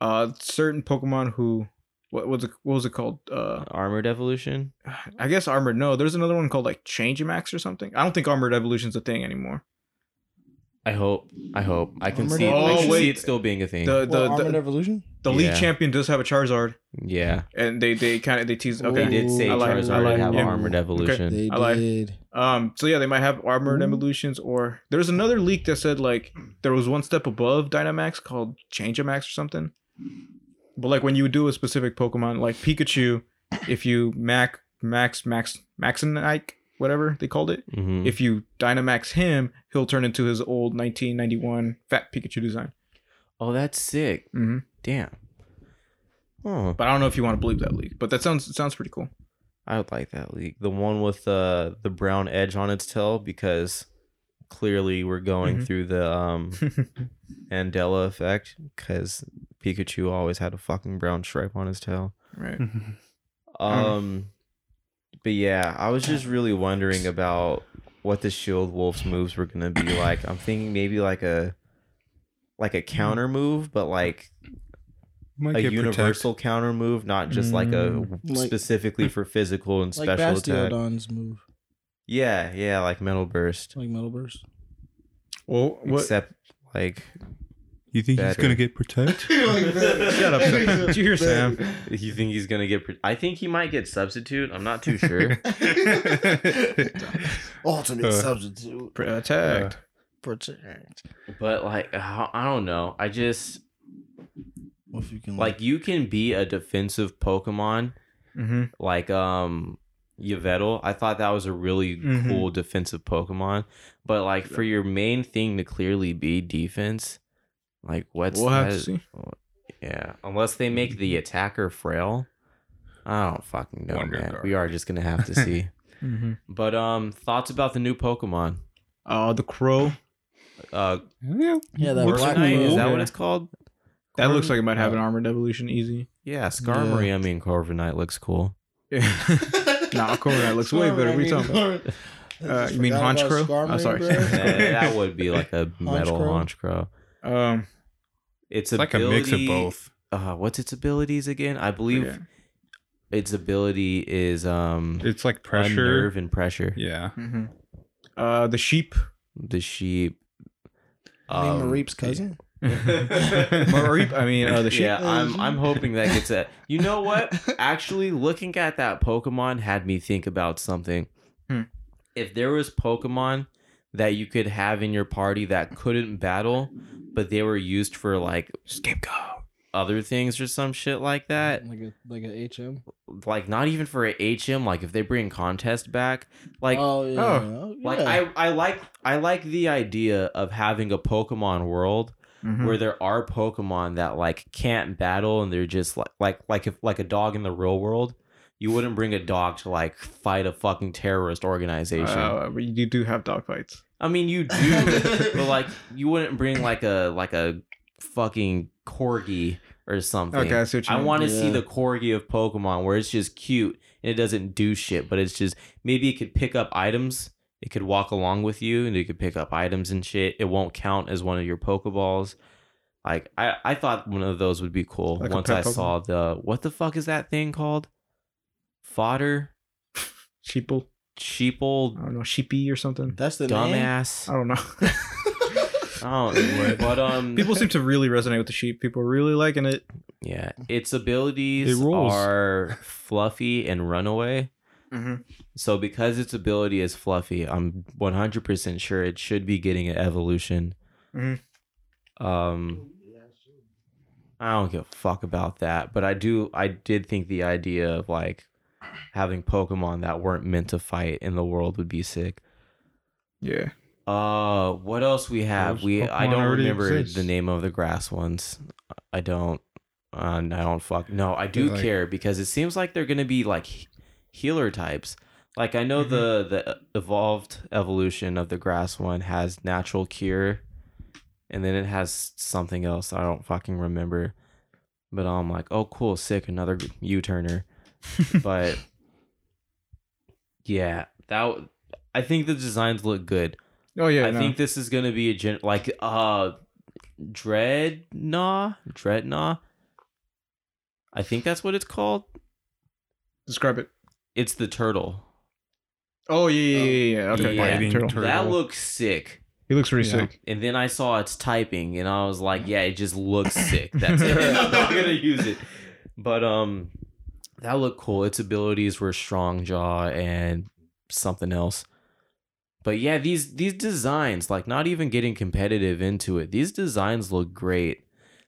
uh, certain Pokemon who what was it? What was it called? Uh, Armored evolution. I guess Armored. No, there's another one called like Changemax or something. I don't think Armored Evolution's a thing anymore. I hope. I hope. I can Armored see. I can Evolution? Oh, see it still being a thing. The Well, the Armored the, Evolution? the league Yeah. champion does have a Charizard, yeah, and they they kind of they tease. Okay, they did say I like- I Charizard like- would have yeah. armored evolution. They I like- did. Um, so yeah, they might have Armored Ooh. Evolutions, or there's another leak that said like there was one step above Dynamax called Changemax or something. But like when you would do a specific Pokemon, like Pikachu, if you Mac Max Max Maxinike, whatever they called it, Mhm. if you Dynamax him, he'll turn into his old 1991 fat Pikachu design. oh, that's sick. hmm Damn. Oh, But I don't know if you want to believe that leak, but that sounds it sounds pretty cool. *laughs* I would like that league. The one with uh, the brown edge on its tail because clearly we're going Mhm. through the um, Mandela effect because Pikachu always had a fucking brown stripe on his tail. Right. Mm. Um, but yeah, I was just really wondering about what the Shield Wolf's moves were gonna *coughs* be like. I'm thinking maybe like a like a counter move, but like Might a get universal counter move, not just like a Like- specifically *coughs* for physical and Like special attack. Bastiodon's move. Yeah, yeah, like Metal Burst, Like Metal Burst. Well, what? except like protect. You think he's Better. gonna get *laughs* protect? Shut up! Sam. Did you hear Sam? you think he's gonna get. Pre- I think he might get substitute. I'm not *laughs* too *laughs* *laughs* sure. Ultimate Uh, substitute. Attacked. for change. But like, I I don't know. I just Well, if you can like you can be a defensive Pokemon, Mm-hmm. like um Yveltal. I thought that was a really Mhm. cool defensive Pokemon. But like for your main thing to clearly be defense, like what's We'll have to that- see. Mm-hmm. Yeah, unless they make the attacker frail. I don't fucking know, Wonder man. Guard. We are just gonna have to *laughs* see. Mm-hmm. but um, thoughts about the new Pokemon? Uh, the crow. Uh, Yeah. yeah, that Looks black nice. Corviknight, is one. that Yeah. what it's called? That looks like it might have an armored evolution easy. Yeah, Skarmory. I mean, Corviknight looks *laughs* cool. Yeah. Nah, Corviknight looks way better. What are you talking *laughs* Uh, you mean Honch Crow? Oh, sorry. *laughs* Yeah, that would be like a metal Honchkrow? Honchkrow. um, It's, It's like a mix of both. Oh, Uh, what's its abilities again? I believe yeah. its ability is um It's like pressure. unnerve and pressure. Yeah. Mhm. Uh, *laughs* the sheep. The sheep. I mean, um, Mareep's cousin. Mareep, I mean, uh, the sheep. yeah, I'm I'm hoping that gets a. You know what? Actually, looking at that Pokemon had me think about something. Hmm. If there was Pokemon that you could have in your party that couldn't battle, but they were used for like scapegoat, other things or some shit like that. like a like a HM. Like not even for a HM. Like if they bring contest back, like oh yeah, oh, like yeah. I I like I like the idea of having a Pokemon world Mm-hmm. Mhm. where there are Pokemon that like can't battle and they're just like like like if like a dog in the real world, you wouldn't bring a dog to like fight a fucking terrorist organization. Oh. Uh, but you do have dog fights. I mean, you *laughs* do, but like you wouldn't bring like a like a fucking corgi or something. Okay, I see what you I mean. want to see Yeah. the corgi of Pokemon where it's just cute and it doesn't do shit, but it's just maybe it could pick up items. It could walk along with you and it could pick up items and shit. It won't count as one of your Pokeballs. Like I, I thought one of those would be cool Like a once pet I saw the what the fuck is that thing called? Fodder, sheeple. I sheeple, don't know, sheepy or something. That's the name. dumbass. I *laughs* don't know. *laughs* I don't know, but um, People seem to really resonate with the sheep. People are really liking it. yeah, its abilities It rolls. are fluffy and runaway. So because its ability is fluffy, I'm 100% sure it should be getting an evolution. Mhm. Um I don't give a fuck about that, but I do I did think the idea of like having Pokemon that weren't meant to fight in the world would be sick. Yeah. Uh what else we have? Those we I Pokemon don't already remember exist. the name of the grass ones. I don't uh, I don't fuck no, I do They're like- care because it seems like they're gonna be like he- healer types. Like I know Mm-hmm. the the evolved evolution of the grass one has natural cure, and then it has something else I don't fucking remember. But I'm like, oh cool, sick, another U *laughs* turner. but yeah, that w- I think the designs look good. Oh yeah. I no. think this is gonna be a gen- like uh Dreadnought Dreadnought. I think that's what it's called. Describe it. It's the turtle. Oh yeah, yeah, yeah, yeah. Okay. Yeah. Yeah. Turtle. That looks sick. He looks really Yeah. sick. And then I saw it's typing and I was like, yeah, it just looks sick. That's it. *laughs* I'm not gonna use it. But um that looked cool. Its abilities were strong jaw and something else. But yeah, these these designs, like not even getting competitive into it, these designs look great.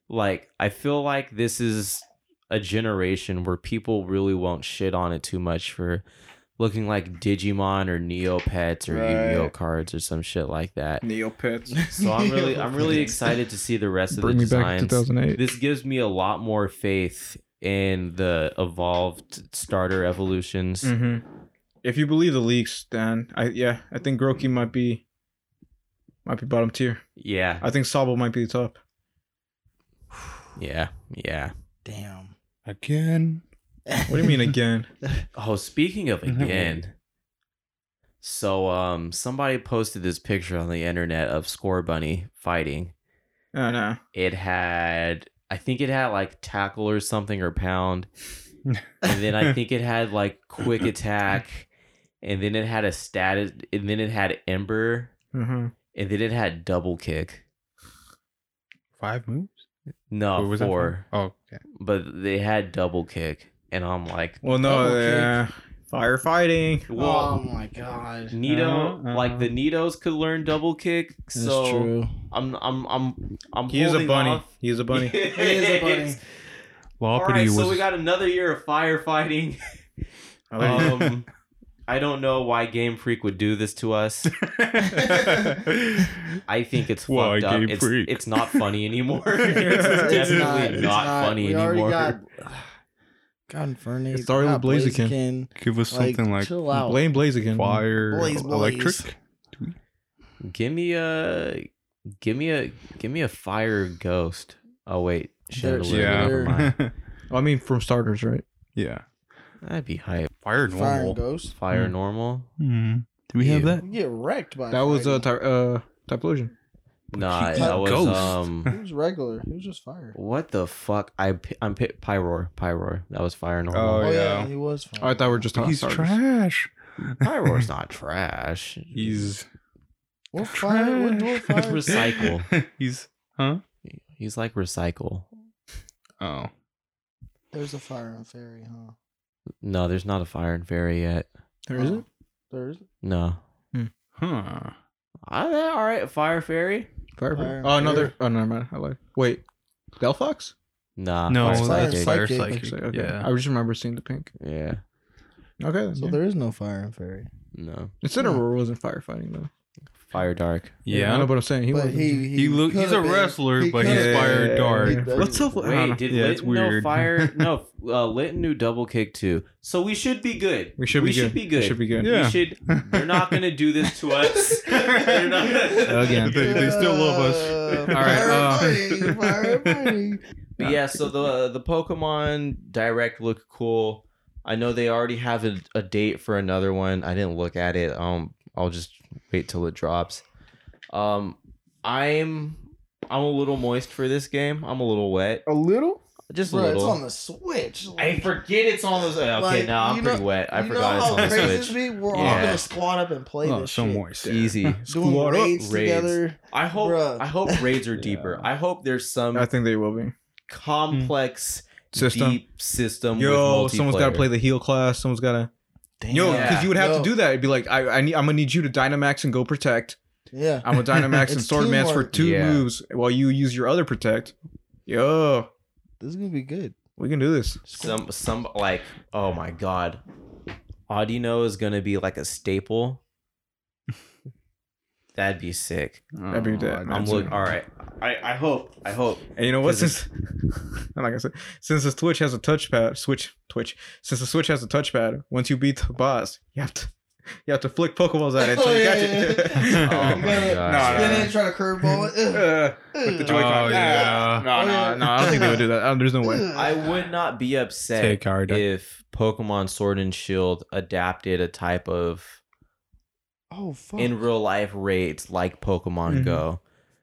Like I feel like this is a generation where people really won't shit on it too much for looking like Digimon or Neopets or Yu-Gi-Oh Right. cards or some shit like that. Neopets. So I'm really *laughs* I'm *laughs* really excited to see the rest of Bring the me back to designs. 2008. This gives me a lot more faith in the evolved starter evolutions. hmm If you believe the leaks, then I yeah, I think Groki might be might be bottom tier. Yeah. I think Sabo might be the top. Yeah. Yeah. Damn. Again. What do *laughs* you mean again? Oh, speaking of Mm-hmm. Mhm. again. So um somebody posted this picture on the internet of Score Bunny fighting. oh, no. It had I think it had like tackle or something or pound. and then I think it had like quick attack, and then it had a status, and then it had ember, Mhm. and then it had double kick. Five moves? No, Or was that Uh, four, Oh, okay. but they had double kick, and I'm like, Well, no, Double yeah. Firefighting. Oh, Well, oh my god. Nito, Uh-huh, like the uh-huh. Nitos could learn double kick. This is so true. I'm, I'm, I'm, I'm. He is a holding bunny. off. He is *laughs* a bunny. It is a bunny. All Loppity right, was. so we got another year of firefighting. *laughs* Um, I don't know why Game Freak would do this to us. I think *laughs* it's Why, fucked up. Game It's, Freak? it's not *laughs* funny anymore. it's definitely It's not, not, it's funny we anymore. Already got, *sighs* got Infernape. It started got with Blaziken. Blaziken. Give us Like, something like chill out. Blame Blaze again. fire, Boys, boys. electric. Give me a, give me a, give me a fire ghost. Oh wait, There- chandelier. Never mind. *laughs* Yeah, I mean, from starters, right? yeah. That'd be hype. Fire Fire and normal. Ghost. Fire Mm. normal. Hmm. Do we have Ew. that? You get wrecked by That was a Friday. ty- uh, Typlosion. Nah, keep that that was ghost. um. It was regular. It was just fire. What the fuck? I pi- I'm pi- Pyroar. Pyroar. That was fire Oh, normal. yeah. he was fire. I thought we were just talking He's starters. trash. Pyroar's not trash. He's What fire? What *laughs* door *laughs* trash. fire? Res- Recycle. *laughs* He's huh? He's like recycle. Oh, There's a fire in fairy, huh? No, there's not a fire and fairy yet. There is Oh, it? There is. No. huh? Ah, yeah, all right, fire fairy. Fire. Fire. Oh, another. Oh, never mind. I lied. Wait, Delphox? Nah. no, fire it's Fire fire, psychic. fire psychic. psychic. Actually, okay. Yeah. I just remember seeing the pink. Yeah. Okay. So So there is no fire in fairy. No. Incineroar wasn't firefighting though. Fire dark. I Yeah. know what I'm saying. He but wasn't. he, he, He look- he's could've a been. wrestler, He but he's could've been. fire He guard. doesn't. What's up? with- I don't know. Wait, did Yeah, Lit it's no weird. *laughs* fire? no, uh, Lit knew double kick too. So we should be good. We should be good. Should be good. We should be good. We Yeah. should. They're not gonna do this to us. They're not- *laughs* Again. They, they still love Uh, us. right, uh, *laughs* Firefighting, firefighting. But yeah, so the the Pokemon Direct looked cool. I know they already have a, a date for another one. I didn't look at it. Um, I'll just wait till it drops. Um, I'm I'm a little moist for this game. I'm a little wet, A little. just a Bro, it's little. on the Switch. I forget it's on the. Okay, Like, now I'm you pretty know- wet. I you forgot know it's how on the crazy Switch. this be? We're all Yeah. gonna squad up and play Oh, this so shit. moist. Easy. *laughs* Doing Squad up. raids Raids. together. I hope Bruh. I hope raids *laughs* are deeper. I hope there's some I think they will be. complex System. deep system. Yo, with someone's got to multiplayer. play the heal class. Someone's got to. Damn. Yo, Yeah. because you would have Yo. to do that. It'd be like, I, I need, I'm gonna need you to Dynamax and go protect. Yeah. *laughs* I'm a Dynamax and It's Sword Mance for teamwork. two Yeah. moves while you use your other protect. Yo, This is gonna be good. we can do this. some some like oh my god audino is gonna be like a *laughs* staple that'd be sick That'd Oh, be *laughs* that. *laughs* i'm That's look it. all right i i hope i hope And you know what? 'Cause Since, *laughs* like I said, since the Switch has a touchpad, Switch, Twitch, since the Switch has a touchpad, once you beat the boss, you have to, *laughs* you have to flick Pokeballs at it. Oh, until you yeah, catch it. yeah, yeah. *laughs* Oh, You my gotta gosh. spin No, no. it, try to curveball *laughs* it. Ugh, Uh, with the ugh. Joy-Con. Nah, Oh, yeah. No, no, no. I don't think they would *laughs* do that. Uh, There's no *laughs* way. Ugh. i would not be upset Take our if pokemon sword and shield adapted a type of Oh fuck. in real life raids like pokemon Mhm. go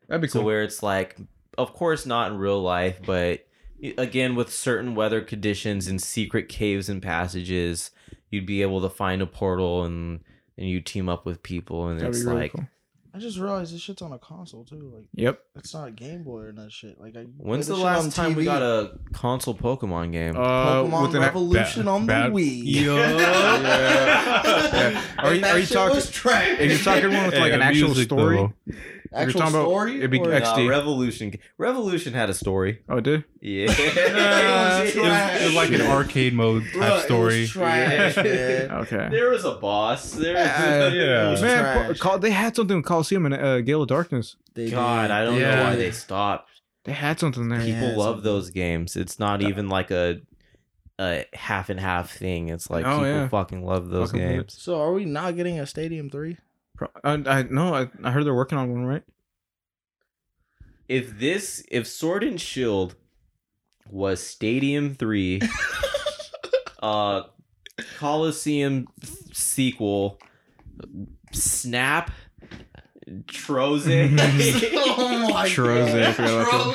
That'd be So cool. where it's like, of course, not in real life, but y- again, with certain weather conditions and secret caves and passages, you'd be able to find a portal and and you team up with people, and That'd it's be really like, cool. I just realized this shit's on a console too. Like Yep. it's not Game Boy or that shit. Like I. when's play the this shit on last time we TV. got a console Pokemon game? Uh, Pokemon with an- *laughs* Revolution on the bat- Wii? Yo. Yeah. Are you- And that are you shit talking- was trash. If you're talking *laughs* one with like Hey, an the actual music, story, though. actual talking about- story? it'd be or- ex- Nah, XD. Revolution. Revolution had a story. oh, it did. *laughs* Yeah. *laughs* Nah, It was, it was like an arcade mode Bruh, it type was story. trash, Yeah. *laughs* man. Okay. there was a boss. There Uh, was, *laughs* *laughs* yeah. Man, trash. Col- they had something with Coliseum and uh, Gale of Darkness. They God, did. I don't know Yeah. why they stopped. They had something there. people Yeah, love it's- those games. It's not even like a a half and half thing. It's like Oh, people yeah. fucking love those Fucking love it. games. So are we not getting a *laughs* Stadium Three? Pro- I, I no, I, I heard they're working on one, right? If this if Sword and Shield was Stadium *laughs* 3 uh Coliseum sequel Snap *laughs* Troze oh *laughs* my Troze, I god. forgot about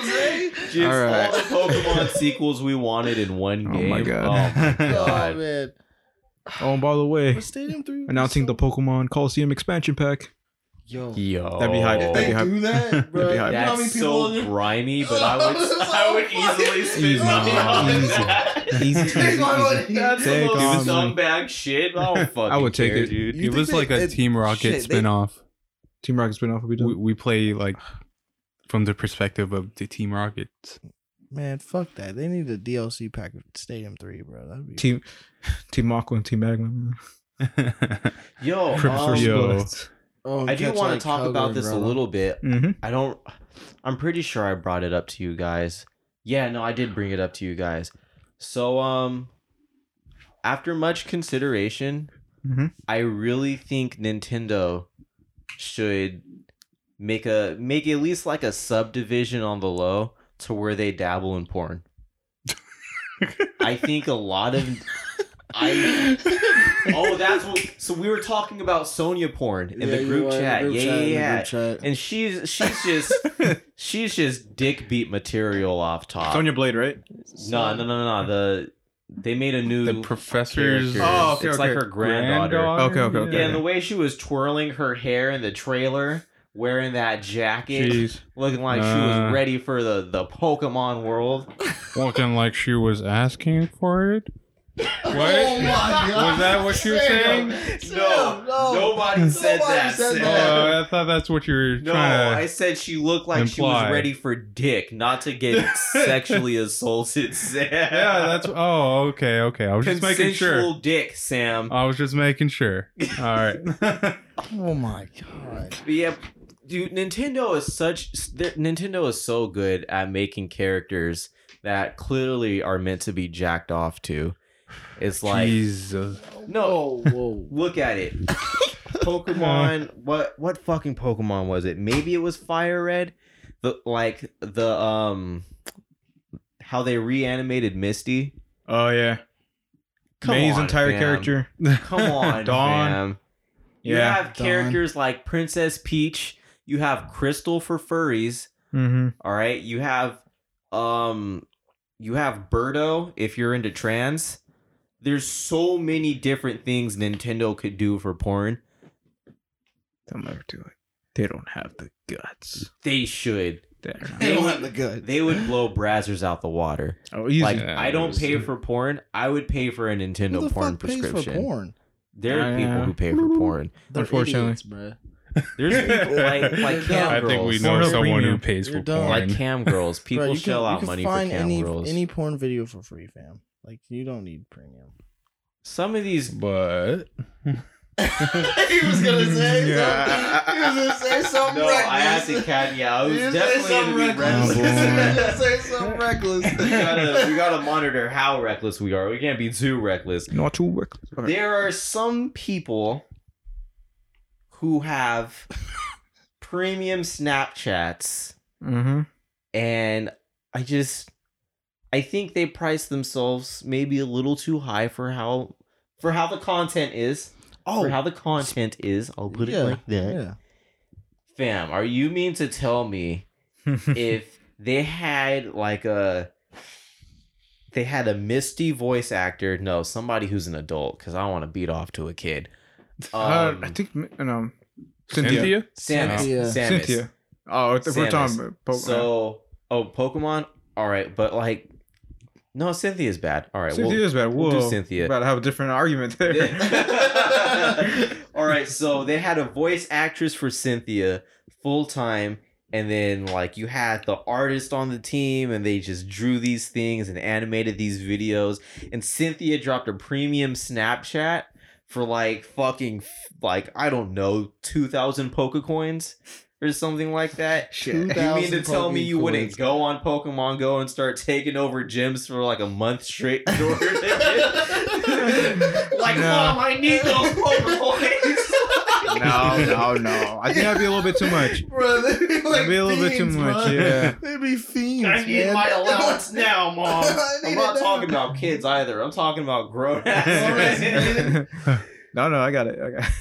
*laughs* Troze? just all, Alright. the Pokemon sequels we wanted in one Oh game. my God. Oh my *laughs* Oh god. man. Oh, and by the way, But Stadium Three was announcing so- the Pokemon Coliseum expansion pack. *laughs* Yo. Yo. That'd be hype. That'd They be hype. do *laughs* that, bro. That'd be You know hype. how many That's people *laughs* so grimy, but I It's would so I would fucking- easily spend money on Easy. *laughs* that. Easy, easy, Take on easy. what- That's the Take most on me. scumbag shit. I don't fucking *laughs* I would take care, it. dude. You it was think like they- a it- Team Rocket shit, they- spin-off. Team Rocket's been off. Will be done. We, we play *sighs* like from the perspective of the Team Rocket. *laughs* Man, fuck that. They need a DLC pack of Stadium 3, bro. That'd be Team Team Aqua and Team Magma. Yo, um, Yo. Oh, I do catch, want like, to talk Calgary, about this a bro. little *laughs* bit. Mm-hmm. I don't. I'm pretty sure I brought it up to you guys. Yeah, no, I did bring it up to you guys. So, um, after much consideration, Mhm. I really think Nintendo should make a make at least like a subdivision on the low to where they dabble in porn. I think a lot of I oh that's what so we were talking about Sonia porn in Yeah, the you group are in the chat. group yeah, chat, in the yeah, yeah group chat. and she's she's just she's just dick beat material off top. Sonya Blade, right? no, no, no, no, The they made a new. the professor's character. Oh, okay, it's okay. like her granddaughter. Okay, okay, okay. Yeah, and the way she was twirling her hair in the trailer, wearing that jacket, Jeez. looking like she Uh. was ready for the the Pokemon world. Looking like she was asking for it. What? Oh my God. Was that what you were Sam, saying? Sam, No, nobody said Nobody that. said Sam. that. Oh, I thought that's what you were No, I trying said she looked like she was imply. ready for dick, not to *laughs* get sexually assaulted. Sam. to. Yeah, that's. Oh, okay, okay. I was just making Consensual sure. dick, *laughs* Sam. I was just making sure. All *laughs* right. Oh my god. But yeah, dude, Nintendo is such th- Nintendo is so good at making characters that clearly are meant to be jacked off to. It's like Jesus. no, Whoa, whoa. *laughs* look at *laughs* it. Pokemon, what what fucking Pokemon was it? Maybe it was Fire Red. The like the um how they reanimated Misty. Oh yeah. Come May's on, entire fam. character. *laughs* *laughs* Come on, Dawn. fam. You Yeah. have Dawn. characters like Princess Peach. You have Crystal for furries. Mm-hmm. All right. You have um you have Birdo if you're into trans. There's so many different things Nintendo could do for porn. They'll never do it. They don't have the guts. They should. They're not- They don't have the *laughs* good. They would blow Brazzers out the water. Oh, easy. Like Yeah, I don't there's- pay for porn. I would pay for a Who Nintendo the porn fuck pays for prescription. porn? There are Yeah. people who pay for porn. They're Unfortunately. idiots, bruh. *laughs* There's people like like cam I girls. think we know Porn someone who premium. pays for You're done. porn. Like cam girls, people Bruh, you shell out can, you can money for find cam any, girls. Any porn video for free, fam. Like you don't need premium. Some of these but *laughs* he was *laughs* gonna say Yeah. something. He was gonna say something No, reckless. I had to caveat. It He was was gonna definitely gonna be *laughs* He was reckless. *laughs* gonna say something reckless. we gotta we gotta monitor how reckless we are. We can't be too reckless. not too work. There are some people who have premium Snapchats, Mm-hmm. and I just I think they price themselves maybe a little too high for how for how the content is. for how the content is. I'll put Oh, yeah, it like that. yeah. Fam, are you mean to tell me *laughs* if they had like a they had a misty voice actor no somebody who's an adult because i don't want to beat off to a kid uh, Um, I think um, Cynthia. Cynthia. samus Cynthia. samus Cynthia. Oh, if we're Samus. talking about Pokemon. so oh pokemon all right but like no cynthia's bad all right we'll- Cynthia's better. we'll Whoa. do Cynthia. About to have a different argument there. *laughs* *laughs* all right so they had a voice actress for cynthia full time and then like you had the artist on the team and they just drew these things and animated these videos and cynthia dropped a premium snapchat for like fucking like i don't know 2000 poker coins or something like that Shit. you mean to 2,000 tell me you Pokemon wouldn't *laughs* coins. go on Pokemon Go and start taking over gyms for like a month *laughs* straight? Jordan? *laughs* like, No. mom, I need those *laughs* Pokemon. no, no, no. I think that'd be a little bit too much. *laughs* Bro, they'd be like That'd be a little bit too fiends, much, bro. *laughs* yeah. They'd be fiends. I need man. *laughs* my allowance now, mom. I need I'm not it now. talking about kids either. I'm talking about grown ass. no, no, I got it. I, got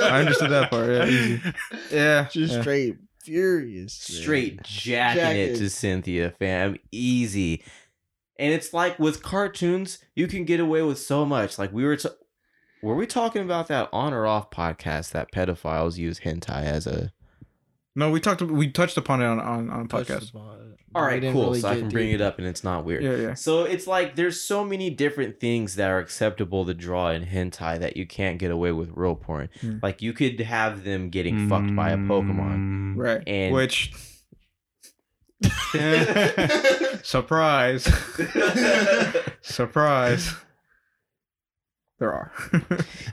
*laughs* *laughs* I understood that part. Yeah, easy. yeah. Just yeah. straight furious. man. Straight jacking it to Jacking. Cynthia, fam. Easy. And it's like with cartoons, you can get away with so much. Like we were, t- were we talking about that on or off podcast that pedophiles use hentai as a No, we talked. We touched upon it on on, on a podcast. Oh, All right, cool. so I can bring it up. it up, and it's not weird. Yeah, yeah. So it's like there's so many different things that are acceptable to draw in hentai that you can't get away with real porn. Hmm. Like you could have them getting fucked by a Pokemon. Mm, Right. And- *laughs* Which. Surprise. Surprise. There are. *laughs*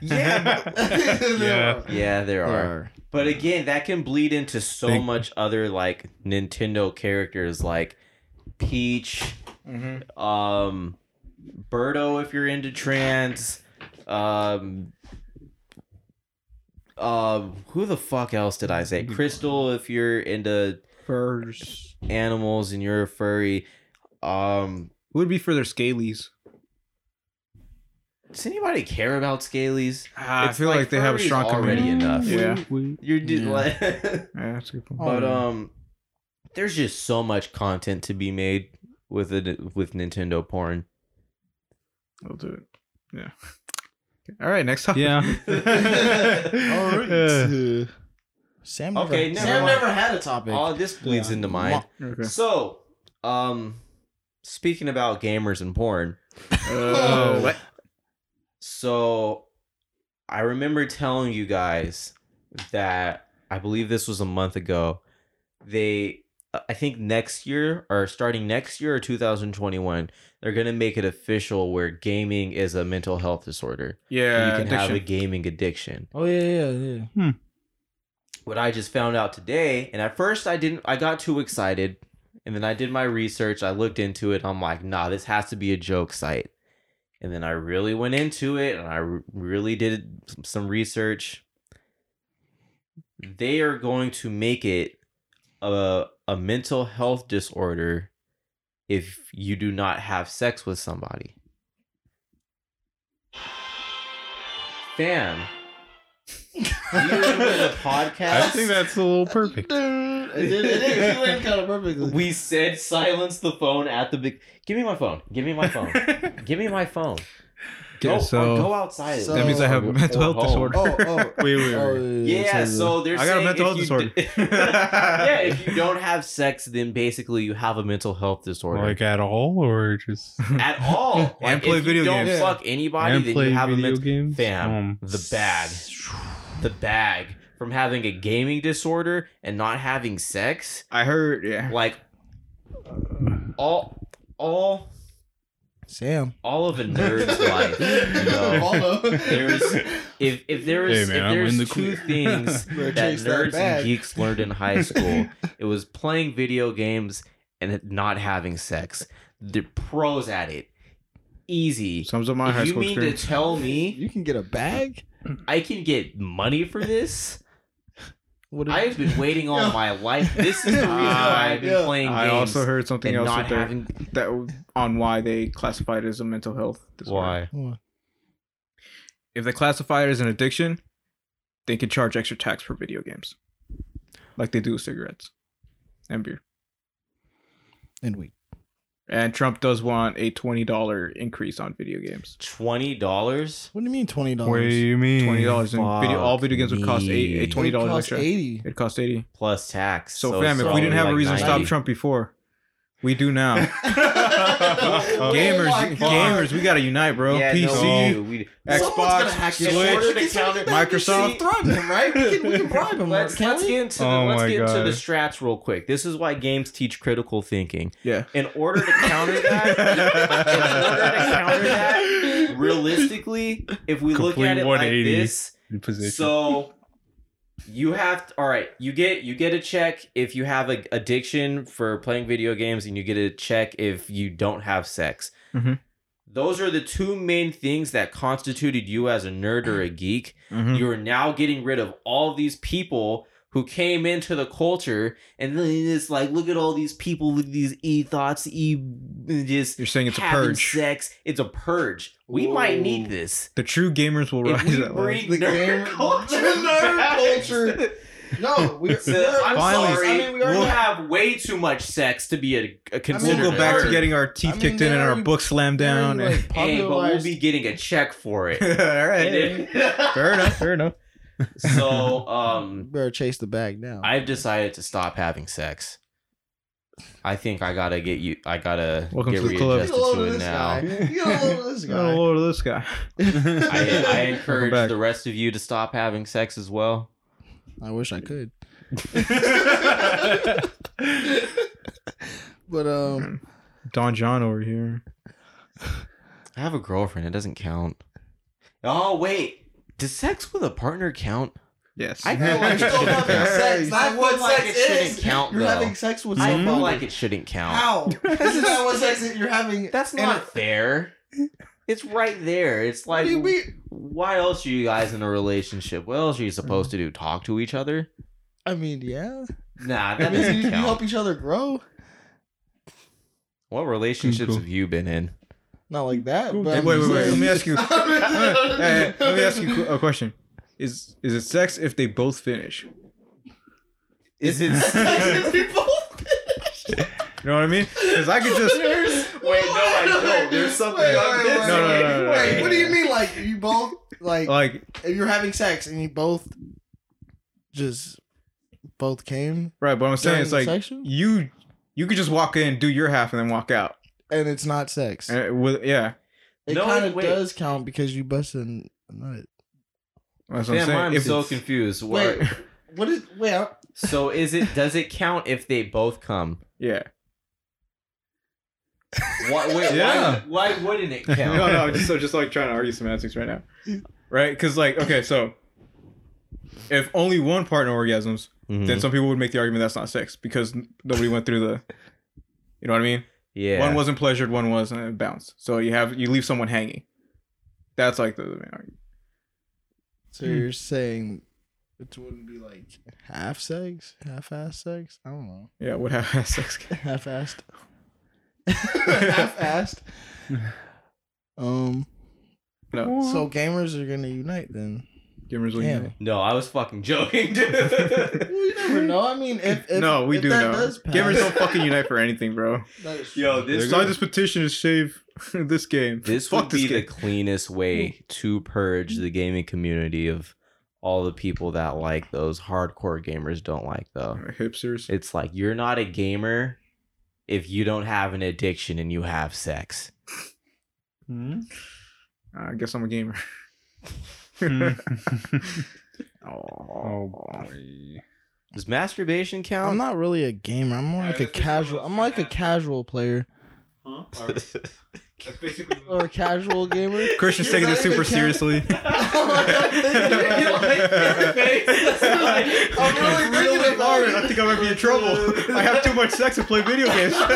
yeah, *laughs* Yeah. but- *laughs* yeah, there are. But again, that can bleed into so Thank- much other like Nintendo characters like Peach, um Birdo if you're into trans, um uh, who the fuck else did I say? Crystal if you're into Furs. animals and you're a furry. Um, Who would be for their scalies? does anybody care about scalies? I It's feel like, they have a furries strong Ah, already community. enough. Yeah. You're dude, Yeah. like, *laughs* Yeah, that's a good point. but um, there's just so much content to be made with it with Nintendo porn. I'll do it. Yeah. All right, next *laughs* topic. Yeah. All right. *laughs* Uh, Sam never, Okay, never Sam mind. never had a topic. All this bleeds Yeah. into mine. *laughs* *laughs* Okay. So, um, speaking about gamers and porn, Uh, what? so I remember telling you guys that I believe this was a month ago. They, uh, I think next year or starting next year or 2021, they're going to make it official where gaming is a mental health disorder. Yeah. you can have a addiction. gaming addiction. Oh yeah, yeah, yeah. What I just found out today, and at first I didn't, I got too excited. And then I did my research. I looked into it. I'm like, nah, this has to be a joke site. And then I really went into it and I r- really did s- some research. They are going to make it a, a mental health disorder if you do not have sex with somebody. Fam. you remember the podcast? I think that's a little perfect. *laughs* It did, it did. You went kind of *laughs* perfectly. *laughs* We said silence the phone at the big. Give me my phone. Give me my phone. Give me my phone. Go, or go outside. So- That means I have Or- mental or health home. disorder. Oh, *laughs* oh. Wait, wait, oh, wait. Yeah, so there's. I got a mental health disorder. *laughs* *laughs* yeah, if you don't have sex, then basically you have a mental health disorder Like at all, or *laughs* just *laughs* at all. Like, And play if video you don't games. fuck anybody, and then play you have a video mental. games. Fam, Um, the bag, the bag from having a gaming disorder and not having sex. I heard. Yeah. Like all, all, Sam. all of a nerd's *laughs* life. You know? *laughs* Hold up. *laughs* There's- If if there is Hey, Oh, man, I'm if there's in the two *laughs* *laughs* clear. things Better that chase that nerds bag. and geeks learned in *laughs* high school, it was playing video games and it- not having sex. They're pros at it. Easy. Sums up my high If you school mean to experience. tell me You can get a bag. I can get money for this? What is- I've been waiting *laughs* all Yeah. my life. This is the reason why I've been Yeah. playing games I also heard something and else not with their, having that on why they classify it as a mental health disorder. If they classify it as an addiction, they could charge extra tax for video games, like they do with cigarettes and beer. and wait. And Trump does want a twenty dollar increase on video games. twenty dollars. What do you mean twenty dollars? What do you mean? *laughs* Twenty *laughs* dollars in video. All Fuck video games would cost eight, me. eight twenty dollars extra. Eighty. It cost eighty. Plus tax. So, fam, if we didn't have a reason to stop Trump before, we do now. Oh gamers, my God. gamers, we gotta unite, bro. PC, we, we, Someone's Xbox, gonna hack Switch. your shit. to counter Microsoft. *laughs* Throb *laughs* him, right? We can, we can bribe him. Let's, can't let's we? get into the, Oh let's my get into God. the strats real quick. This is why games teach critical thinking. Yeah. In order *laughs* to counter that, in order to counter *laughs* *laughs* that, realistically, if we look Complete at it like 180. this, Position. *laughs* so you have all right. You get you get a check if you have a addiction for playing video games, and you get a check if you don't have sex. Mhm. Those are the two main things that constituted you as a nerd or a geek. Mhm. You are now getting rid of all these people who came into the culture, and then it's like, look at all these people with these e thoughts, e just You're saying it's a having purge. sex. It's a purge. We might Ooh. need this The true gamers will if rise. we at bring The nerd *laughs* game- culture, nerd back- *laughs* culture. No, we, So, we're- I'm Finally, sorry. I mean, we we already we'll- have way too much sex to be a, a last. considered. We'll go back to nerd. getting our teeth I mean, kicked in they and our already- books slammed down. Very, and- like, *laughs* Hey, but we'll *laughs* popularized- be getting a check for it. All right. And if- *laughs* Fair enough. Fair enough. So You um, better chase the bag now. I've decided to stop having sex. I think I gotta get you. I gotta Welcome get to the club. readjusted to it now. You got a load of this Oh, guy. Lord, this guy. *laughs* I, I I, encourage back. the rest of you to stop having sex as well. wish I *laughs* could. but um, Don John over here. I have a girlfriend. It doesn't count. Oh wait, does sex with a partner count? Yes. I feel *laughs* like it Still shouldn't having count. sex. I Not feel what like sex it shouldn't is. count you're though. having sex with I someone. feel like it shouldn't count. How? *laughs* This is not what sex is. You're having. That's and not fair. It's right there. It's What like, do you mean? why else are you guys in a relationship? What else are you supposed to do? Talk to each other? I mean, yeah. Nah, That that means doesn't you, you help count. each other *laughs* grow. What relationships Cool. have you been in? Not like that. Cool. But Hey, I'm wait, wait, just wait. Let saying. me ask you. *laughs* Hey, hey, let me ask you a question. Is is it sex if they both finish? You Is *laughs* it? People- know what I mean? Because I could just. *laughs* Wait, no, I don't. There's something Wait, I'm wait, wait, missing. No, no, no, no, Wait, no. what do you mean? Like you both like, Like, if you're having sex and you both just both came right, but I'm saying during it's the like section, you you could just walk in, do your half, and then walk out. and it's not sex. And it would- yeah, It No, kind of wait. does count because you busted a nut. that's what I'm Damn, saying. I'm If- so confused. What- Wait. What is? Wait, I- So is it? Does it count if they both come? yeah. *laughs* Why? Wait, Yeah. why, why wouldn't it No, count? *laughs* no, I'm just, so just like trying to argue semantics right now, right? Because like, okay, so if only one partner orgasms, Mhm. then some people would make the argument that's not sex because n- nobody went through the. You know what I mean? Yeah. One wasn't pleasured, one was, and it bounced. So you have you leave someone hanging. That's like the main argument. So you're saying it wouldn't be like half sex, half-ass sex? I don't know. *laughs* Yeah, what *laughs* have sex? Half-assed. half-assed. *laughs* Um. No. So gamers are gonna unite then. Gamers will Damn. unite. No, I was fucking joking, dude. *laughs* Well, you never know. I mean, if, if no, we if do that know. does pass, Gamers don't fucking unite for anything, bro. that is *laughs* true. Yo, this Sign this petition to shave *laughs* this game. This Fuck would this be the game. cleanest way to purge the gaming community of all the people that like those hardcore gamers don't like though. hipsters. It's like you're not a gamer if you don't have an addiction and you have sex. Uh, I guess I'm a gamer. Hmm. *laughs* oh boy. Does masturbation I'm count? not really a gamer. I'm more like a casual. I'm like a casual player *laughs* or a casual gamer. Christian's You're taking not this even super count- *laughs* seriously. *laughs* I'm really thinking about it. I think I might be in trouble. I have too much sex and play video *laughs* games. No,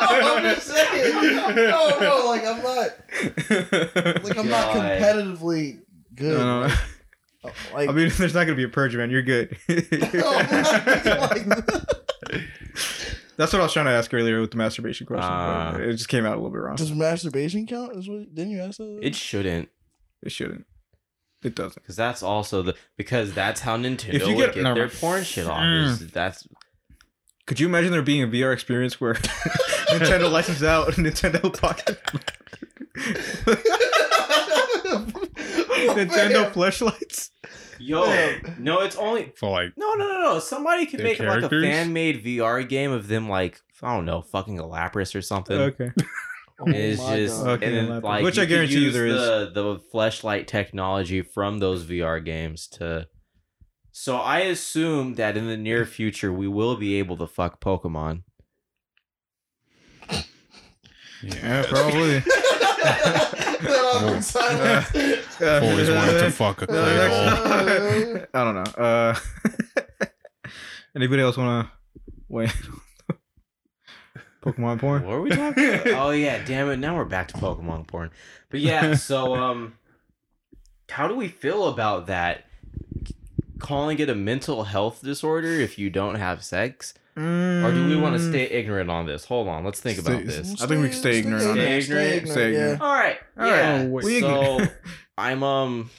I'm just saying. No, no, like I'm not. Like I'm not God. *laughs* competitively good. No, no. *laughs* Like I mean, *laughs* there's not gonna be a purge, man. You're good. *laughs* no, I'm not thinking like that. *laughs* That's what I was trying to ask earlier with the masturbation question. Ah. but it just came out a little bit wrong. Does masturbation count? Is what? Didn't you ask that? It shouldn't, It shouldn't. It doesn't. because that's also the because that's how Nintendo If you would get- get no. their porn shit off. Mm. is That's Could you imagine there being a VR experience where *laughs* Nintendo licenses out Nintendo *laughs* Pocket, Nintendo flashlights? yo. No, it's only For like No, no, no, no. Somebody could Their make like a characters? fan made VR game of them, like I don't know, fucking Lapras or something. *laughs* Okay. Oh And it's my just God. Okay, and then, Lapras. like Which I could guarantee you use there is. the the fleshlight technology from those VR games to. So I assume that in the near future we will be able to fuck Pokemon. Yeah, probably. Then I'll be silent. always *laughs* wanted *laughs* to fuck a cradle. *laughs* I don't know. Uh, *laughs* anybody else want to wait? *laughs* Pokemon What porn. were we talking? about? *laughs* oh yeah, damn it! Now we're back to Pokemon porn. But *laughs* yeah, so um, how do we feel about that? Calling it a mental health disorder if you don't have sex. Or do we want to stay ignorant on this? Hold on, let's think about Stay- this. I think we can stay ignorant on that. Stay Stay ignorant. All right, All right, yeah. oh, *laughs* wait. so I'm um,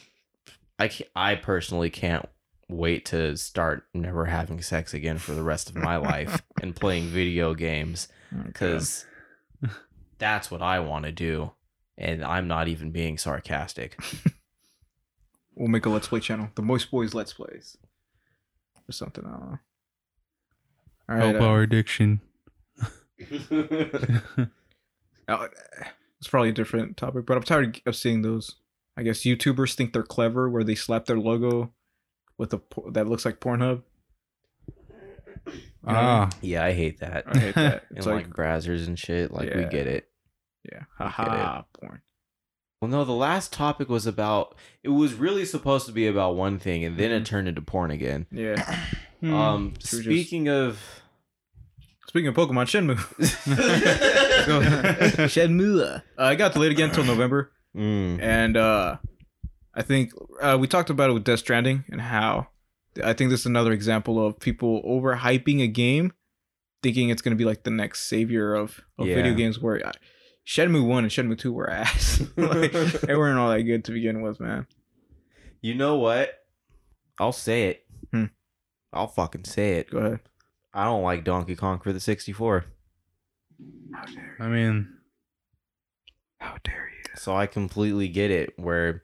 I can't, I personally can't wait to start never having sex again for the rest of my life and playing video games Mm, *laughs* because that's what I want to do, and I'm not even being sarcastic. We'll make a Let's Play channel. The Moist Boys Let's Plays. Or something. I don't know. All right. Help uh, our *laughs* addiction. uh, it's probably a different topic, but I'm tired of seeing those. I guess YouTubers think they're clever where they slap their logo with a por- that looks like Pornhub. ah, yeah, I hate that. I hate that. And It's like, like, browsers and shit. Like we Yeah. get it. yeah, haha, porn. Well, no, the last topic was about. It was really supposed to be about one thing, and then it turned into porn again. Yeah. Hmm. *laughs* Um, Should we Mm-hmm. Mm, just- speaking of. Speaking of Pokemon, Shenmue. *laughs* Mm. Shenmue. Uh, I got delayed again until November. and uh i think uh, we talked about it with death stranding and how i think this is another example of people overhyping a game thinking it's going to be like the next savior of, of Yeah. video games where I, shenmue 1 and shenmue 2 were *laughs* ass like, they weren't all that good to begin with man You know what? I'll say it. Hmm. I'll fucking say it. go ahead I don't like Donkey Kong for the 64, *laughs* I mean, how dare you so I completely get it. Where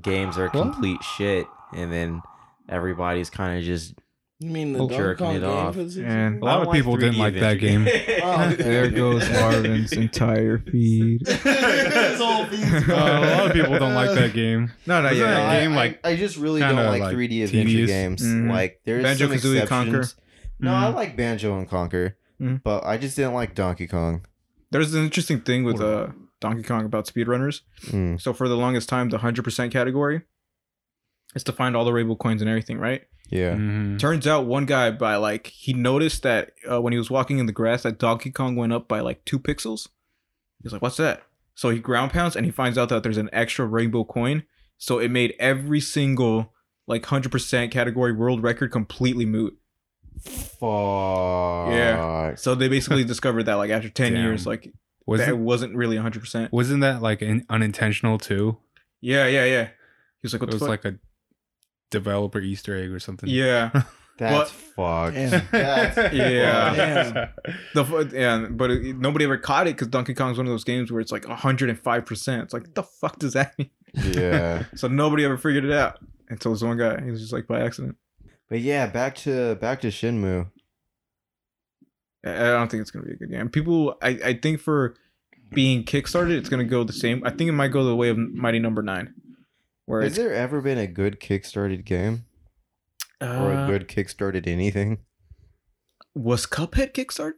games are What? complete shit, and then everybody's kind of just You mean the Well, Donkey jerking Kong it game off. for the season? a and I lot don't of people didn't 3D like *laughs* that game. Oh, there goes marvin's entire feed *laughs* It's all beans, Uh, bro. *laughs* a lot of people don't like that game. no no Wasn't yeah, that yeah, a yeah. game, I, like, I, I just really kinda, don't like like, 3D adventure tedious? Mm-hmm. games. Mhm. Like there's Banjo some Kazooie, exceptions. Conquer. No, Mhm. I like Banjo and Conquer, Mm-hmm. Mhm. but I just didn't like Donkey Kong. there's an interesting thing with uh donkey kong about speedrunners Mm. So for the longest time, the hundred percent category is to find all the Rainbow coins and everything, right? Yeah. Mhm. Turns out one guy by like he noticed that uh, when he was walking in the grass, that Donkey Kong went up by like two pixels. He's like, "What's that?" So he ground pounds and he finds out that there's an extra Rainbow coin. So it made every single like hundred percent category world record completely moot. Fuck. Yeah. So they basically discovered that like after ten Damn. years, like Was that it, wasn't really hundred percent. wasn't that like in, unintentional too? Yeah, yeah, yeah. He was like, "What it the was fuck?" like a developer Easter egg or something. *laughs* yeah. That's fucked. *laughs* Damn. That's Yeah. *laughs* The fu- yeah, but it, nobody ever caught it because Donkey Kong's one of those games where it's like 105. percent It's like the fuck does that mean? yeah. So nobody ever figured it out until this one guy. He was just like by accident. But yeah, back to back to Shinmu. I I don't think it's gonna be a good game. People, I, I think for being kickstarted, it's gonna go the same. I think it might go the way of Mighty Number Nine, where Has it's there ever been a good kickstarted game or a Uh, good kickstarted anything? was Cuphead kickstarted?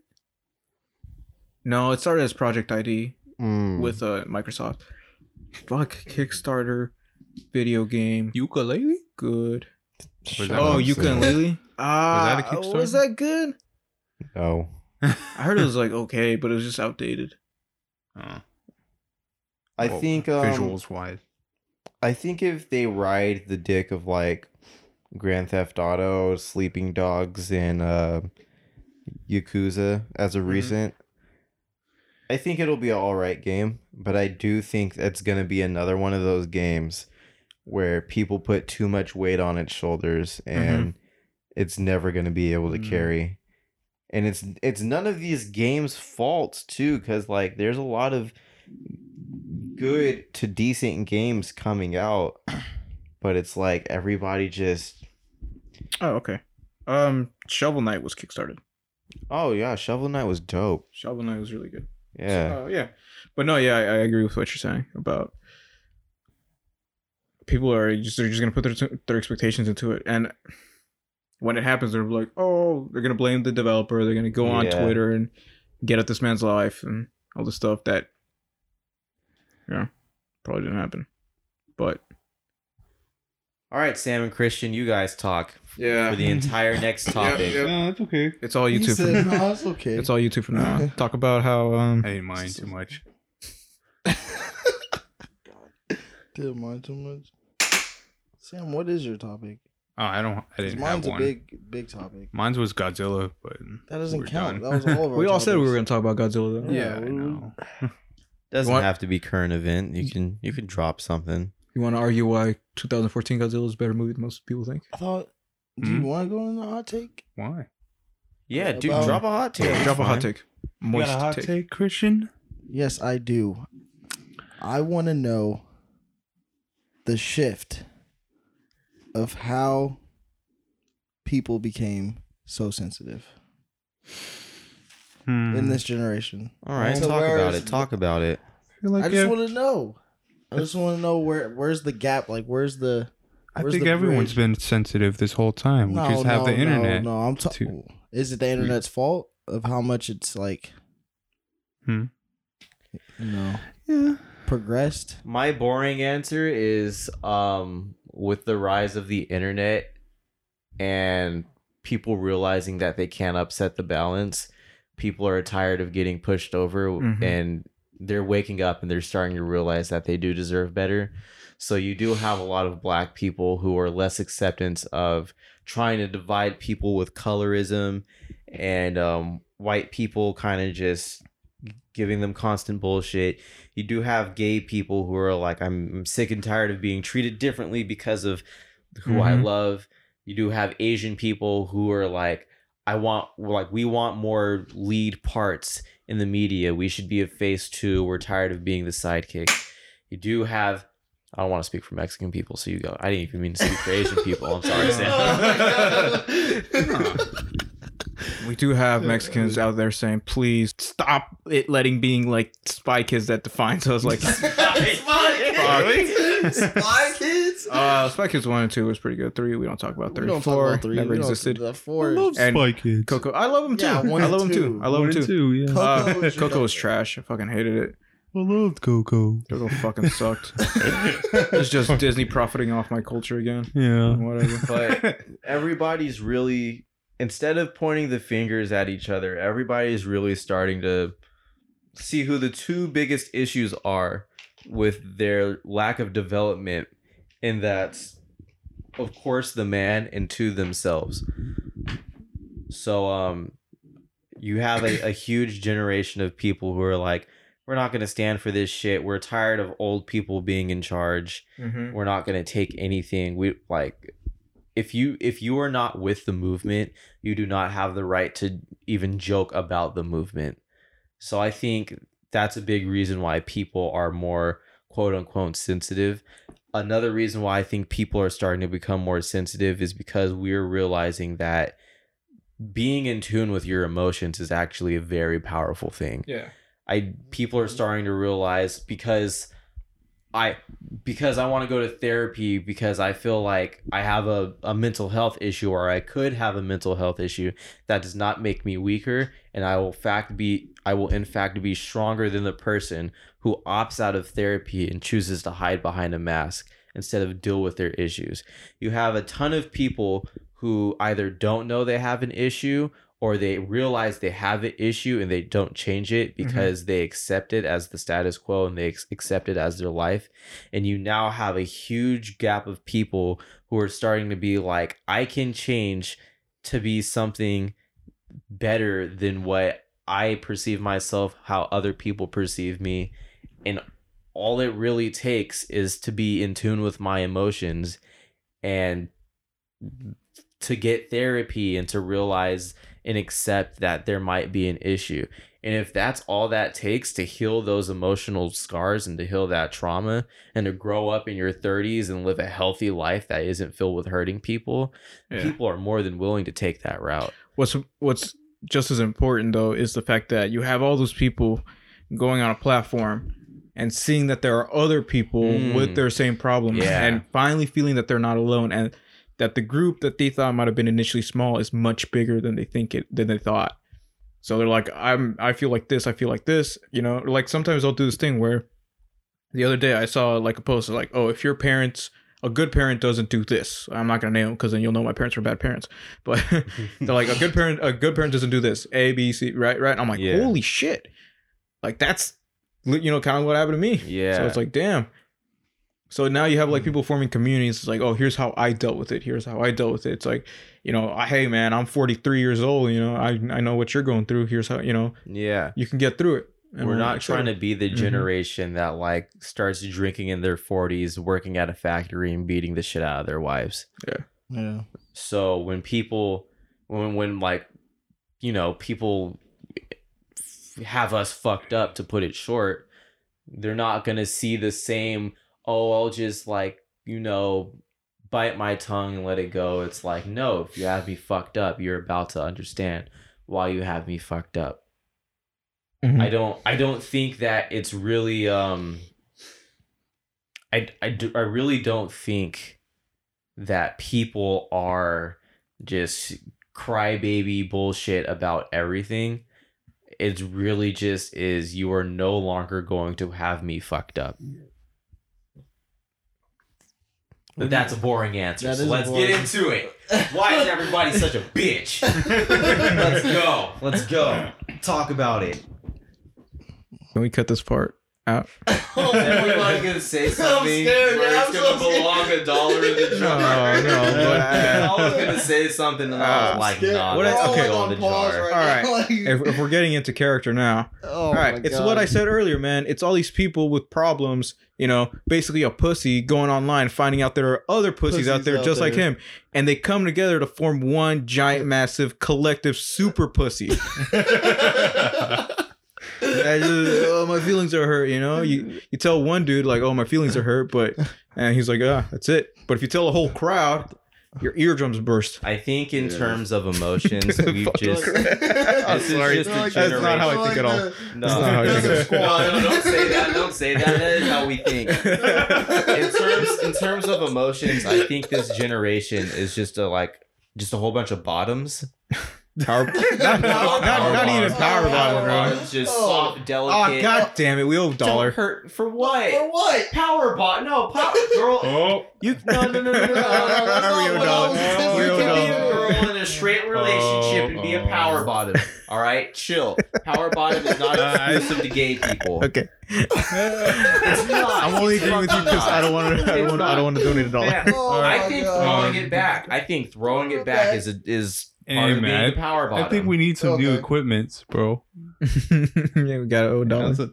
No, it started as Project ID Hmm. Mm. with uh, Microsoft. Fuck Kickstarter, video game, Ukulele? good. Shut that Oh, up, you Sam. can lily. Ah, that a oh, was Kickstarter? that good? Oh. No. I heard it was like okay, but it was just outdated. I Well, think um, Visuals wise. I think if they ride the dick of like Grand Theft Auto, Sleeping Dogs, and uh, Yakuza as a Mm-hmm. recent, I think it'll be an all right game. But I do think that's going to be another one of those games where people put too much weight on its shoulders Mm-hmm. and it's never going to be able to Mhm. carry. And it's it's none of these games' faults too, because like there's a lot of good to decent games coming *coughs* out, but it's like everybody just Oh, okay. Um, Shovel Knight was kickstarted. oh yeah, Shovel Knight was dope. Shovel Knight was really good. Yeah, Oh yeah, but no, yeah, I, I agree with what you're saying about people are just they're just gonna put their their expectations into it, and when it happens, they're like, oh, they're gonna blame the developer. They're gonna go on Yeah. Twitter and get at this man's life and all the stuff that, yeah, probably didn't happen. But all right, Sam and Christian, you guys talk yeah, for the *laughs* entire next topic. Yep. No, that's okay. It's all He YouTube. said, From, no, it's okay. it's all YouTube from now on. Talk about how um I didn't mind too much. Did mine too much. Sam, what is your topic? Oh, I don't. I 'Cause didn't mine's have a one. big, big topic. Mine's was Godzilla, but That doesn't We're count. done. That was *laughs* all of our we all said we were topics. gonna talk about Godzilla. Though. *laughs* Yeah, I we- know. Doesn't What? have to be current event. You can you can drop something. You want to argue why 2014 Godzilla is a better movie than most people think? I thought. Do you Hmm? want to go in the hot take? Why? Yeah, dude, About- drop a hot take. Drop a hot Fine. take. Moist take. Christian? Yes, I do. I want to know the shift of how people became so sensitive Hmm. in this generation. All right, So talk where about is- it. Talk about it. I feel like I just ev- want to know. I just want to know where where's the gap? Like where's the I where's think the everyone's bridge? been sensitive this whole time. We no, just have no, the internet. No, no I'm talking. to- Is it the internet's fault of how much it's like? Hmm. You know, *laughs* Yeah. *laughs* progressed. My boring answer is um, with the rise of the internet and people realizing that they can't upset the balance, people are tired of getting pushed over Mhm. and they're waking up and they're starting to realize that they do deserve better. So you do have a lot of black people who are less acceptance of trying to divide people with colorism and um, white people kind of just giving them constant bullshit you do have gay people who are like I'm, I'm sick and tired of being treated differently because of who I Mhm. love. You do have Asian people who are like I want like we want more lead parts in the media. We should be a face too. We're tired of being the sidekick. You do have I don't want to speak for Mexican people, so you go. I didn't even mean to speak for Asian people. I'm sorry, *laughs* Sam. We do have Mexicans out there saying, please stop it letting being like spy kids that defines us. *laughs* Like, Spy kids. uh, Spy Kids 1 and 2 was pretty good. 3, we don't talk about 3. We don't 4 talk about three. never we don't- existed. The four. is- And Spy Kids. Coco, I love them too. Yeah, one I and love them too. two. I love One them and too. two, yeah. Uh, Coco is- Coco was trash. I fucking hated it. I loved Coco. Coco fucking *laughs* sucked. it's just Disney profiting off my culture again. Yeah. Whatever. *laughs* but everybody's really instead of pointing the fingers at each other everybody's really starting to see who the two biggest issues are with their lack of development and that's of course the man and two themselves so um you have a, a huge generation of people who are like we're not going to stand for this shit we're tired of old people being in charge Mm-hmm. we're not going to take anything we like if you if you are not with the movement you do not have the right to even joke about the movement so i think that's a big reason why people are more quote unquote sensitive another reason why i think people are starting to become more sensitive is because we're realizing that being in tune with your emotions is actually a very powerful thing Yeah. I people are starting to realize because I because I want to go to therapy because I feel like I have a, a mental health issue or I could have a mental health issue that does not make me weaker and I will fact be I will in fact be stronger than the person who opts out of therapy and chooses to hide behind a mask instead of deal with their issues. You have a ton of people who either don't know they have an issue or they realize they have an issue and they don't change it because they accept it as the status quo and they ex- accept it as their life. And you now have a huge gap of people who are starting to be like, I can change to be something better than what I perceive myself, how other people perceive me. And all it really takes is to be in tune with my emotions and to get therapy and to realize and accept that there might be an issue. And if that's all that takes to heal those emotional scars and to heal that trauma and to grow up in your 30s and live a healthy life that isn't filled with hurting people, Yeah. people are more than willing to take that route. what's what's just as important though is the fact that you have all those people going on a platform and seeing that there are other people Mm. with their same problems Yeah. and finally feeling that they're not alone and that the group that they thought might have been initially small is much bigger than they think it than they thought so they're like i'm i feel like this i feel like this you know like sometimes i'll do this thing where the other day i saw like a post like oh if your parents a good parent doesn't do this i'm not gonna name them because then you'll know my parents were bad parents *laughs* *laughs* but they're like a good parent. A good parent doesn't do this. A, B, C. Right, right. I'm like, Yeah. holy shit! Like that's, li- you know, kind of what happened to me. Yeah. Mm. So it's like, damn. So now you have like people forming communities. It's like, oh, here's how I dealt with it. Here's how I dealt with it. It's like, you know, I, hey man, I'm 43 years old. You know, I I know what you're going through. Here's how you know yeah. you can get through it. And We're not like, trying to be the Mhm. generation that like starts drinking in their 40s, working at a factory and beating the shit out of their wives. *laughs* Yeah. So when people, when when like, you know, people have us fucked up to put it short, they're not gonna see the same. Oh, I'll just like you know bite my tongue and let it go. It's like, no, if you have me fucked up, you're about to understand why you have me fucked up. Mhm. I don't I don't think that it's really um I I do, I really don't think that people are just crybaby bullshit about everything. It's really just is you are no longer going to have me fucked up. But that's a boring answer. That so is a let's boring- get into *laughs* it. Why is everybody such a *laughs* bitch? let's go. Let's go. Talk about it. Can we cut this part out? Everybody's gonna say something. scared, where yeah, it's I'm gonna so belong a dollar in the jar. *laughs* *laughs* no, I but- was gonna say something, and I was Uh, like, Yeah, nah, what that's I- okay. okay, on the jar. All All right. If, if we're getting into character now, Oh, all right, it's what I said earlier, man. It's all these people with problems, you know, basically a pussy going online, finding out there are other pussies, Pussies out there out just like there. him, and they come together to form one giant, massive, collective super *laughs* pussy. *laughs* I just- oh, my feelings are hurt. You know, you you tell one dude like, oh, my feelings are hurt, but and he's like, ah, that's it. But if you tell a whole crowd, your eardrums burst. I think in Yeah. terms of *laughs* emotions, we've Fuck. just I'm This is just a That's not how I think at all. no. That's not how you *laughs* No, no, don't think. say that. Don't say that. That is how we *laughs* think. in terms in terms of emotions, I think this generation is just a like just a whole bunch of bottoms. Power, not, not, not even power bottom, bro. Bottoms, Just Oh. soft, Oh delicate. god damn it, we owe a Dollar dollar. hurt for what? For what? Power bot? No, pop girl. *laughs* Oh, You no no no no no. no, no, that's not We what I owe was dollar. saying. We You owe can be a dollar. girl in a straight relationship and be a Oh, power oh. bottom. All right, chill. Power bottom is not exclusive to gay people. Okay. *laughs* It's not. I'm only It's agreeing with you because I don't want to. I don't want. I don't want to donate a dollar. Man, Oh I my think God. throwing it back. I think throwing it back is a, is part Hey, of man, being a power bottom. I think we need some new Okay. equipments, bro. *laughs* yeah, we got to owe a dollar. That's a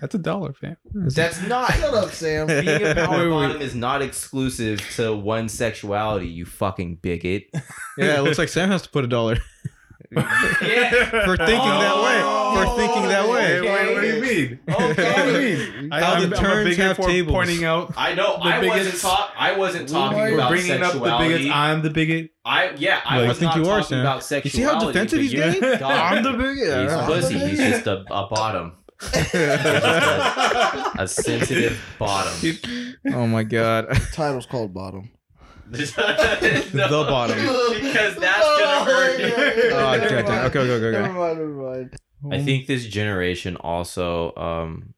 that's a dollar, fam. That's not Shut up, Sam. being a power Wait, wait. bottom is not exclusive to one sexuality. You fucking bigot. Yeah, it looks like Sam has to put a dollar yeah. for thinking that way. For thinking that Oh. way. Okay. Wait, what do you mean? *laughs* Okay. I, How the I'm, I'm a turns bigot have for tables. pointing out. I know. I wasn't biggest- talk. I wasn't talking We're about bringing up the sexuality. bigot. I'm the bigot. I yeah. I Like, was I think not you are, talking Sam. about sexuality. You see how defensive but he's you're- *laughs* getting? God, He's a pussy. He's just a, a *laughs* bottom, a sensitive *laughs* bottom. *laughs* oh my god. Title's called Bottom. the bottom. Because that's gonna *laughs* hurt you. Oh, okay, okay, okay, okay, okay. *laughs* Never mind, never mind. I think this generation also um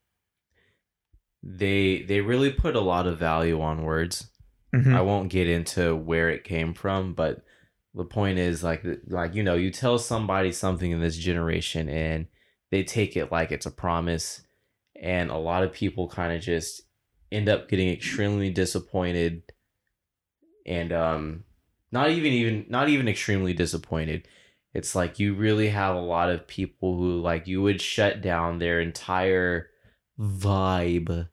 they they really put a lot of value on words. Mhm. I won't get into where it came from, but the point is like th- like you know, you tell somebody something in this generation and they take it like it's a promise and a lot of people kind of just end up getting extremely disappointed and um not even even not even extremely disappointed. It's like you really have a lot of people who like you would shut down their entire vibe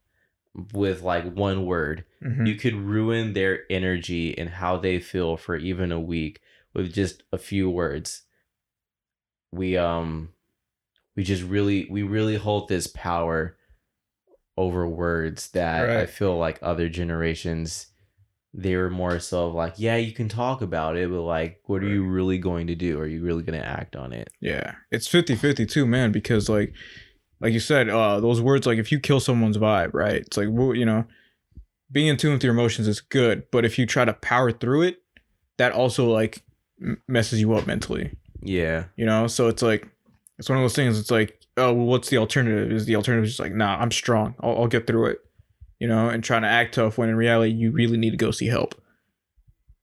with like one word Mhm. you could ruin their energy and how they feel for even a week with just a few words we um we just really we really hold this power over words that i Right. feel like other generations they were more so of like yeah you can talk about it but like what are you really going to do are you really going to act on it Yeah, it's 50-50 too, man. Because like, like you said, uh, those words like if you kill someone's vibe, right? It's like well, you know, being in tune with your emotions is good, but if you try to power through it, that also like m- messes you up mentally, yeah you know. So it's like it's one of those things. It's like, oh, well, what's the alternative? Is the alternative just like, nah, I'm strong. I'll, I'll get through it, you know, and trying to act tough when in reality you really need to go see help.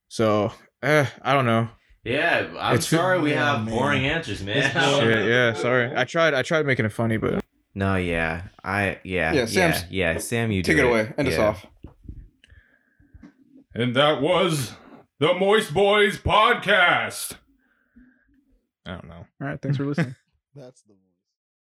So. Eh, I don't know. yeah i'm It's- sorry we Yeah, have man. boring answers man *laughs* Shit, yeah, sorry. I tried. I tried making it funny, but no yeah i yeah Yeah, Sam's- yeah, yeah sam you Take do it away. End us Yeah. off. And that was the Moist Boys podcast. I don't know. All right. Thanks for listening. That's the one.